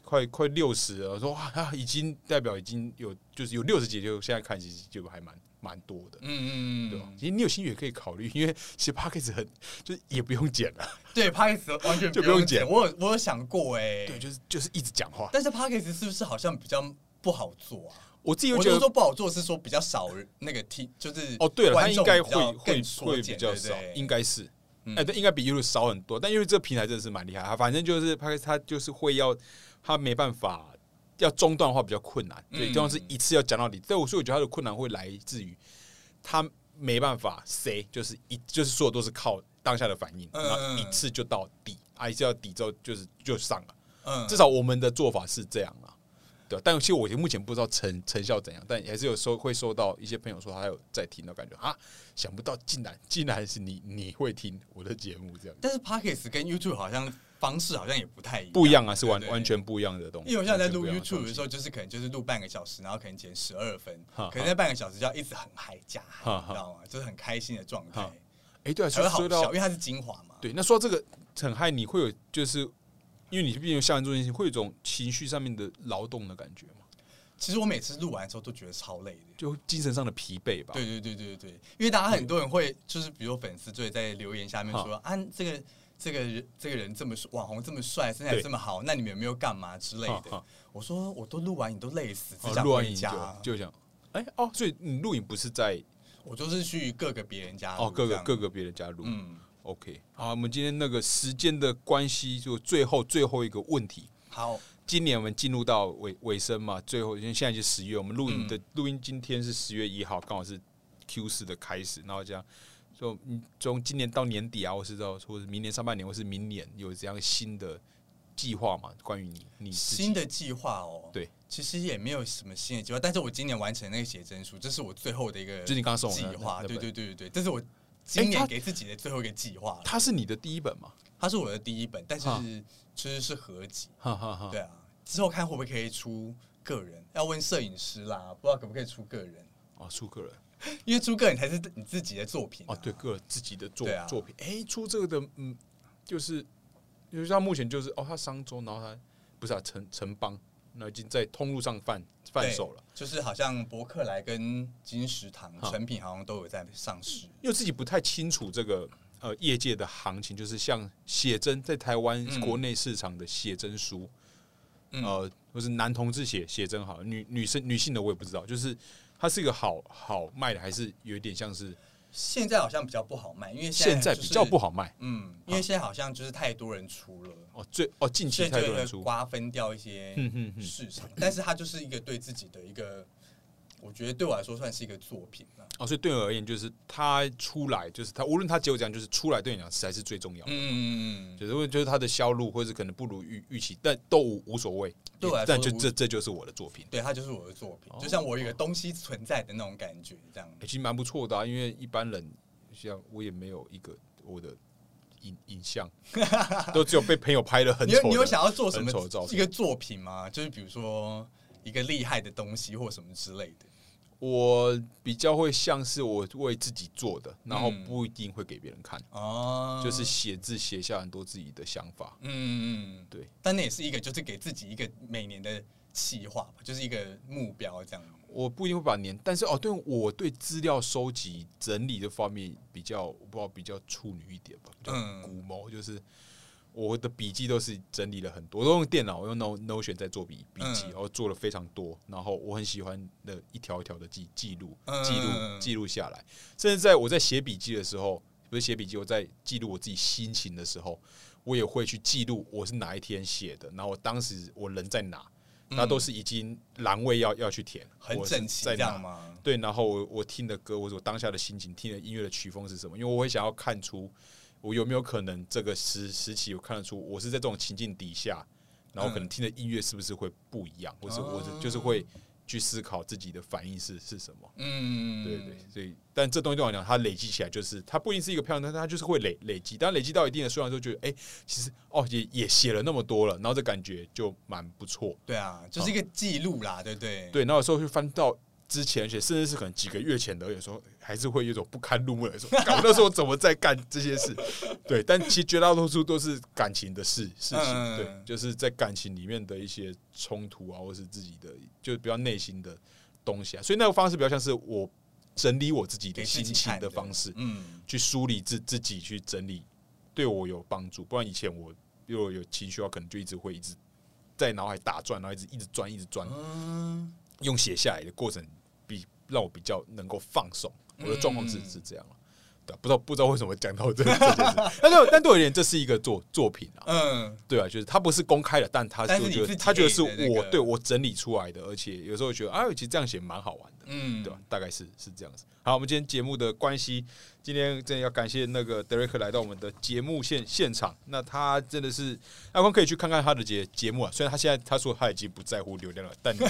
[SPEAKER 1] 快快六十了，说哇、啊，已经代表已经有就是有六十集，就现在看其实就还蛮蛮多的。
[SPEAKER 2] 嗯嗯
[SPEAKER 1] 对吧？啊
[SPEAKER 2] 嗯，
[SPEAKER 1] 其实你有兴趣也可以考虑，因为其实 p o d c a s 很就是也不用剪了，
[SPEAKER 2] 对 p a r k 完全
[SPEAKER 1] 就不用
[SPEAKER 2] 用
[SPEAKER 1] 剪
[SPEAKER 2] 我有我有想过哎、
[SPEAKER 1] 对，就是就是一直讲话。
[SPEAKER 2] 但是 p a c k a g e 是不是好像比较不好做啊？
[SPEAKER 1] 我自己
[SPEAKER 2] 我
[SPEAKER 1] 会
[SPEAKER 2] 就
[SPEAKER 1] 觉得
[SPEAKER 2] 是说不好做，是说比较少人那个听，就是
[SPEAKER 1] 哦，对了，他
[SPEAKER 2] 观
[SPEAKER 1] 应
[SPEAKER 2] 众
[SPEAKER 1] 该
[SPEAKER 2] 比
[SPEAKER 1] 会
[SPEAKER 2] 较
[SPEAKER 1] 会
[SPEAKER 2] 更缩
[SPEAKER 1] 会
[SPEAKER 2] 减
[SPEAKER 1] 比较
[SPEAKER 2] 对不
[SPEAKER 1] 少，
[SPEAKER 2] 对
[SPEAKER 1] 应该是，
[SPEAKER 2] 嗯
[SPEAKER 1] 哎，对，应该比 YouTube 少很多。但因为这个平台真的是蛮厉害，它反正就是它它就是会要，它没办法要中断的话比较困难，对，
[SPEAKER 2] 嗯
[SPEAKER 1] 这样是一次要讲到底。但我所以我觉得它的困难会来自于它没办法 say，就是一就是所有都是靠当下的反应，
[SPEAKER 2] 嗯
[SPEAKER 1] 然后一次就到底，啊，一次到底之后就是就上了。
[SPEAKER 2] 嗯
[SPEAKER 1] 至少我们的做法是这样啊。对，但其实我目前不知道成成效怎样，但还是有收会收到一些朋友说他有在听的感觉啊，想不到竟然竟然是你你会听我的节目这样，
[SPEAKER 2] 但是 p a c k a g e 跟 YouTube 好像方式好像也不太一样，
[SPEAKER 1] 不一样啊，是完
[SPEAKER 2] 对
[SPEAKER 1] 完。全不一样的东西。
[SPEAKER 2] 因为我现在在录
[SPEAKER 1] 完全不
[SPEAKER 2] YouTube
[SPEAKER 1] 一样
[SPEAKER 2] 的时候，就是可能就是录半个小时，然后可能剪十二分
[SPEAKER 1] 哈哈，
[SPEAKER 2] 可能那半个小时就要一直很嗨加嗨，
[SPEAKER 1] 哈哈
[SPEAKER 2] 你知道吗？就是很开心的状
[SPEAKER 1] 哈，
[SPEAKER 2] 态
[SPEAKER 1] 东西，哎，对啊，
[SPEAKER 2] 才
[SPEAKER 1] 说
[SPEAKER 2] 会好
[SPEAKER 1] 说
[SPEAKER 2] 笑，
[SPEAKER 1] 到
[SPEAKER 2] 因为它是精华嘛。
[SPEAKER 1] 对，那说到这个很害你会有就是因为你毕竟有校园中心，会有一种情绪上面的劳动的感觉嘛，
[SPEAKER 2] 其实我每次录完之后都觉得超累的。
[SPEAKER 1] 就精神上的疲惫吧。哦
[SPEAKER 2] 对对对对对，因为大家很多人会就是，比如粉丝就会在留言下面说啊，这个这个人这个人这么帅网红这么帅，身材
[SPEAKER 1] 对
[SPEAKER 2] 这么好，那你们有没有干嘛之类
[SPEAKER 1] 哈
[SPEAKER 2] 的
[SPEAKER 1] 哈？
[SPEAKER 2] 我说我都录完，你都累死，只
[SPEAKER 1] 哦，
[SPEAKER 2] 想
[SPEAKER 1] 录完
[SPEAKER 2] 回
[SPEAKER 1] 影
[SPEAKER 2] 家。
[SPEAKER 1] 就就想，哎、哦，所以你录影不是在
[SPEAKER 2] 我就是去各个别人家
[SPEAKER 1] 哦
[SPEAKER 2] 啊录
[SPEAKER 1] 各
[SPEAKER 2] 这
[SPEAKER 1] 个
[SPEAKER 2] 样
[SPEAKER 1] 各个别人家录。
[SPEAKER 2] 嗯，
[SPEAKER 1] OK，好，我们今天那个时间的关系，就最后最后一个问题。
[SPEAKER 2] 好，
[SPEAKER 1] 今年我们进入到尾尾声嘛，最后因为现在是十月，我们录影的录、音今天是十月一号，刚好是 Q 四的开始，然后这样就嗯从今年到年底啊，或是到或是明年上半年，或是明年有这样新的计划嘛？关于你你自己
[SPEAKER 2] 新的计划哦，
[SPEAKER 1] 对，
[SPEAKER 2] 其实也没有什么新的计划，但是我今年完成那个写真书，这是我最后的一个
[SPEAKER 1] 就是你刚刚送我
[SPEAKER 2] 计
[SPEAKER 1] 的那
[SPEAKER 2] 划，
[SPEAKER 1] 那
[SPEAKER 2] 对
[SPEAKER 1] 本
[SPEAKER 2] 对对对对，这是我今
[SPEAKER 1] 他
[SPEAKER 2] 年给自己的最后一个计划了。
[SPEAKER 1] 它是你的第一本嘛？
[SPEAKER 2] 它是我的第一本，但是
[SPEAKER 1] 啊
[SPEAKER 2] 其实是合集，
[SPEAKER 1] 哈哈哈。
[SPEAKER 2] 对啊，之后看会不会可以出个人，要问摄影师啦，不知道可不可以出个人，
[SPEAKER 1] 哦，出个人
[SPEAKER 2] 因为出个人才是你自己的作品啊
[SPEAKER 1] 哦，对，个人自己的作
[SPEAKER 2] 对啊
[SPEAKER 1] 作品，哎，出这个的，嗯，就是，就是他目前就是哦，他商周，然后他不是啊，城城邦，那已经在通路上贩贩
[SPEAKER 2] 对
[SPEAKER 1] 售了。
[SPEAKER 2] 就是好像博客来跟金石堂
[SPEAKER 1] 好
[SPEAKER 2] 成品好像都有在上市，
[SPEAKER 1] 因为自己不太清楚这个呃业界的行情，就是像写真在台湾
[SPEAKER 2] 嗯
[SPEAKER 1] 国内市场的写真书，
[SPEAKER 2] 嗯
[SPEAKER 1] 呃，或是男同志写写真好了，女女生女性的我也不知道，就是它是一个好好卖的，还是有一点像是
[SPEAKER 2] 现在好像比较不好卖，因为
[SPEAKER 1] 现在
[SPEAKER 2] 在就
[SPEAKER 1] 比
[SPEAKER 2] 是
[SPEAKER 1] 较不好卖
[SPEAKER 2] 嗯，因为现在好像就是太多人出了，
[SPEAKER 1] 哦，最哦近
[SPEAKER 2] 所
[SPEAKER 1] 期
[SPEAKER 2] 以
[SPEAKER 1] 太
[SPEAKER 2] 就
[SPEAKER 1] 多人
[SPEAKER 2] 会
[SPEAKER 1] 出，
[SPEAKER 2] 瓜分掉一些
[SPEAKER 1] 嗯嗯嗯
[SPEAKER 2] 市场，但是它就是一个对自己的一个，我觉得对我来说算是一个作品了。
[SPEAKER 1] 哦，所以对我而言就是它出来就是它无论它结果怎样，就是出来对你讲才是最重要的。
[SPEAKER 2] 嗯嗯嗯嗯，
[SPEAKER 1] 就是问就是它的销路，或者可能不如预预期，但都无无所谓。
[SPEAKER 2] 对我来说
[SPEAKER 1] 但就
[SPEAKER 2] 无
[SPEAKER 1] 这这就是我的作品。
[SPEAKER 2] 对，它就是我的作品
[SPEAKER 1] 哦，
[SPEAKER 2] 就像我有一个东西存在的那种感觉，这样
[SPEAKER 1] 欸、其实蛮不错的啊，因为一般人像我也没有一个我的影影 像，都只有被朋友拍的很
[SPEAKER 2] 你
[SPEAKER 1] 丑
[SPEAKER 2] 有
[SPEAKER 1] 的。
[SPEAKER 2] 你有想要做什么
[SPEAKER 1] 很丑的照片
[SPEAKER 2] 一个作品吗？就是比如说一个厉害的东西或什么之类的。
[SPEAKER 1] 我比较会像是我为自己做的，然后
[SPEAKER 2] 嗯
[SPEAKER 1] 不一定会给别人看，
[SPEAKER 2] 哦，
[SPEAKER 1] 就是写字写下很多自己的想法。
[SPEAKER 2] 嗯嗯嗯，
[SPEAKER 1] 对，
[SPEAKER 2] 但那也是一个就是给自己一个每年的计划吧，就是一个目标这样。
[SPEAKER 1] 我不一定会把年，但是哦，对我对资料收集整理这方面比较，我不知道比较处女一点吧，比较
[SPEAKER 2] 嗯
[SPEAKER 1] 古毛，就是我的笔记都是整理了很多，我都用电脑，我用 No Notion 在做笔笔记，
[SPEAKER 2] 嗯
[SPEAKER 1] 然后做了非常多，然后我很喜欢的一条一条的记记录
[SPEAKER 2] 嗯，
[SPEAKER 1] 记录记录下来，甚至在我在写笔记的时候，不是写笔记，我在记录我自己心情的时候，我也会去记录我是哪一天写的，然后我当时我人在哪。那都是已经栏位要要去填，
[SPEAKER 2] 嗯很
[SPEAKER 1] 我是
[SPEAKER 2] 整齐
[SPEAKER 1] 在
[SPEAKER 2] 这
[SPEAKER 1] 哪
[SPEAKER 2] 样吗？
[SPEAKER 1] 对，然后我我听的歌，或者我当下的心情，听的音乐的曲风是什么？因为我会想要看出我有没有可能这个时时期，我看得出我是在这种情境底下，然后可能听的音乐是不是会不一样，或是我是就是
[SPEAKER 2] 哦
[SPEAKER 1] 会去思考自己的反应是是什么。
[SPEAKER 2] 嗯，
[SPEAKER 1] 对对，所以但这东西对我来讲，它累积起来就是它不一定是一个漂亮，但它就是会累累积。但累积到一定的数量之后，觉得哎、其实哦也也写了那么多了，然后这感觉就蛮不错。
[SPEAKER 2] 对啊，就是一个记录啦，对不对？
[SPEAKER 1] 对，那有时候就翻到之前，而且甚至是可能几个月前的，有时候还是会有一种不堪入目的说， 干我那时候怎么在干这些事？对，但其实绝大多数都是感情的事事情，
[SPEAKER 2] 嗯
[SPEAKER 1] 对，就是在感情里面的一些冲突啊，或是自己的就比较内心的东西啊，所以那个方式比较像是我整理我自己的
[SPEAKER 2] 给
[SPEAKER 1] 心
[SPEAKER 2] 自己
[SPEAKER 1] 情
[SPEAKER 2] 看
[SPEAKER 1] 的方式，
[SPEAKER 2] 嗯
[SPEAKER 1] 去梳理自自己，去整理，对我有帮助。不然以前我如果有情绪啊，可能就一直会一直在脑海打转，然后一直一直转，一直转。
[SPEAKER 2] 嗯，
[SPEAKER 1] 用写下来的过程比让我比较能够放松。我的状况是
[SPEAKER 2] 嗯
[SPEAKER 1] 是这样了，对啊、不知道不知道为什么讲到这这件事， 但对但对我而言，这是一个作作品啊，
[SPEAKER 2] 嗯，
[SPEAKER 1] 对啊，就是它不是公开的，但它
[SPEAKER 2] 但是
[SPEAKER 1] 我
[SPEAKER 2] 你
[SPEAKER 1] 觉
[SPEAKER 2] 自
[SPEAKER 1] 得
[SPEAKER 2] 己
[SPEAKER 1] 他觉得是
[SPEAKER 2] 给的那
[SPEAKER 1] 我
[SPEAKER 2] 个
[SPEAKER 1] 对我整理出来的，而且有时候觉得啊，其实这样写蛮好玩的。
[SPEAKER 2] 嗯，
[SPEAKER 1] 对吧？大概是是这样子。好，我们今天节目的关系，今天真的要感谢那个德瑞克来到我们的节目现现场。那他真的是，阿光可以去看看他的节节目啊。虽然他现在他说他已经不在乎流量了，但你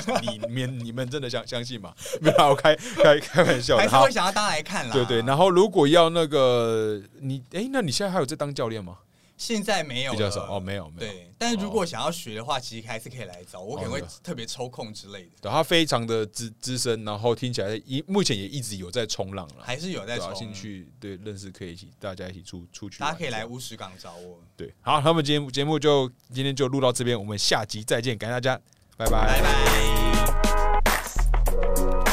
[SPEAKER 1] 你们你们真的相相信吗？ 没有啊，我开开开玩笑
[SPEAKER 2] 还
[SPEAKER 1] 的。
[SPEAKER 2] 是
[SPEAKER 1] 好
[SPEAKER 2] 会，想要啊大家来看啦。
[SPEAKER 1] 对对。然后如果要那个你，哎、那你现在还有在当教练吗？
[SPEAKER 2] 现在没有
[SPEAKER 1] 比较
[SPEAKER 2] 了
[SPEAKER 1] 少哦，没有没有。
[SPEAKER 2] 对，但是如果想要学的话，其实还是可以来找我，我可能会
[SPEAKER 1] 哦
[SPEAKER 2] 特别抽空之类的，
[SPEAKER 1] 对，他非常的资资深，然后听起来一目前也一直有在冲浪了。
[SPEAKER 2] 还是有在
[SPEAKER 1] 对
[SPEAKER 2] 抽
[SPEAKER 1] 啊，。兴趣对认识可以一起，大家一起出出去玩这样，
[SPEAKER 2] 大家可以来乌石港找我，
[SPEAKER 1] 对，好，那么节目节目就今天就录到这边，我们下集再见，感谢大家，拜拜
[SPEAKER 2] 拜拜。
[SPEAKER 1] 见。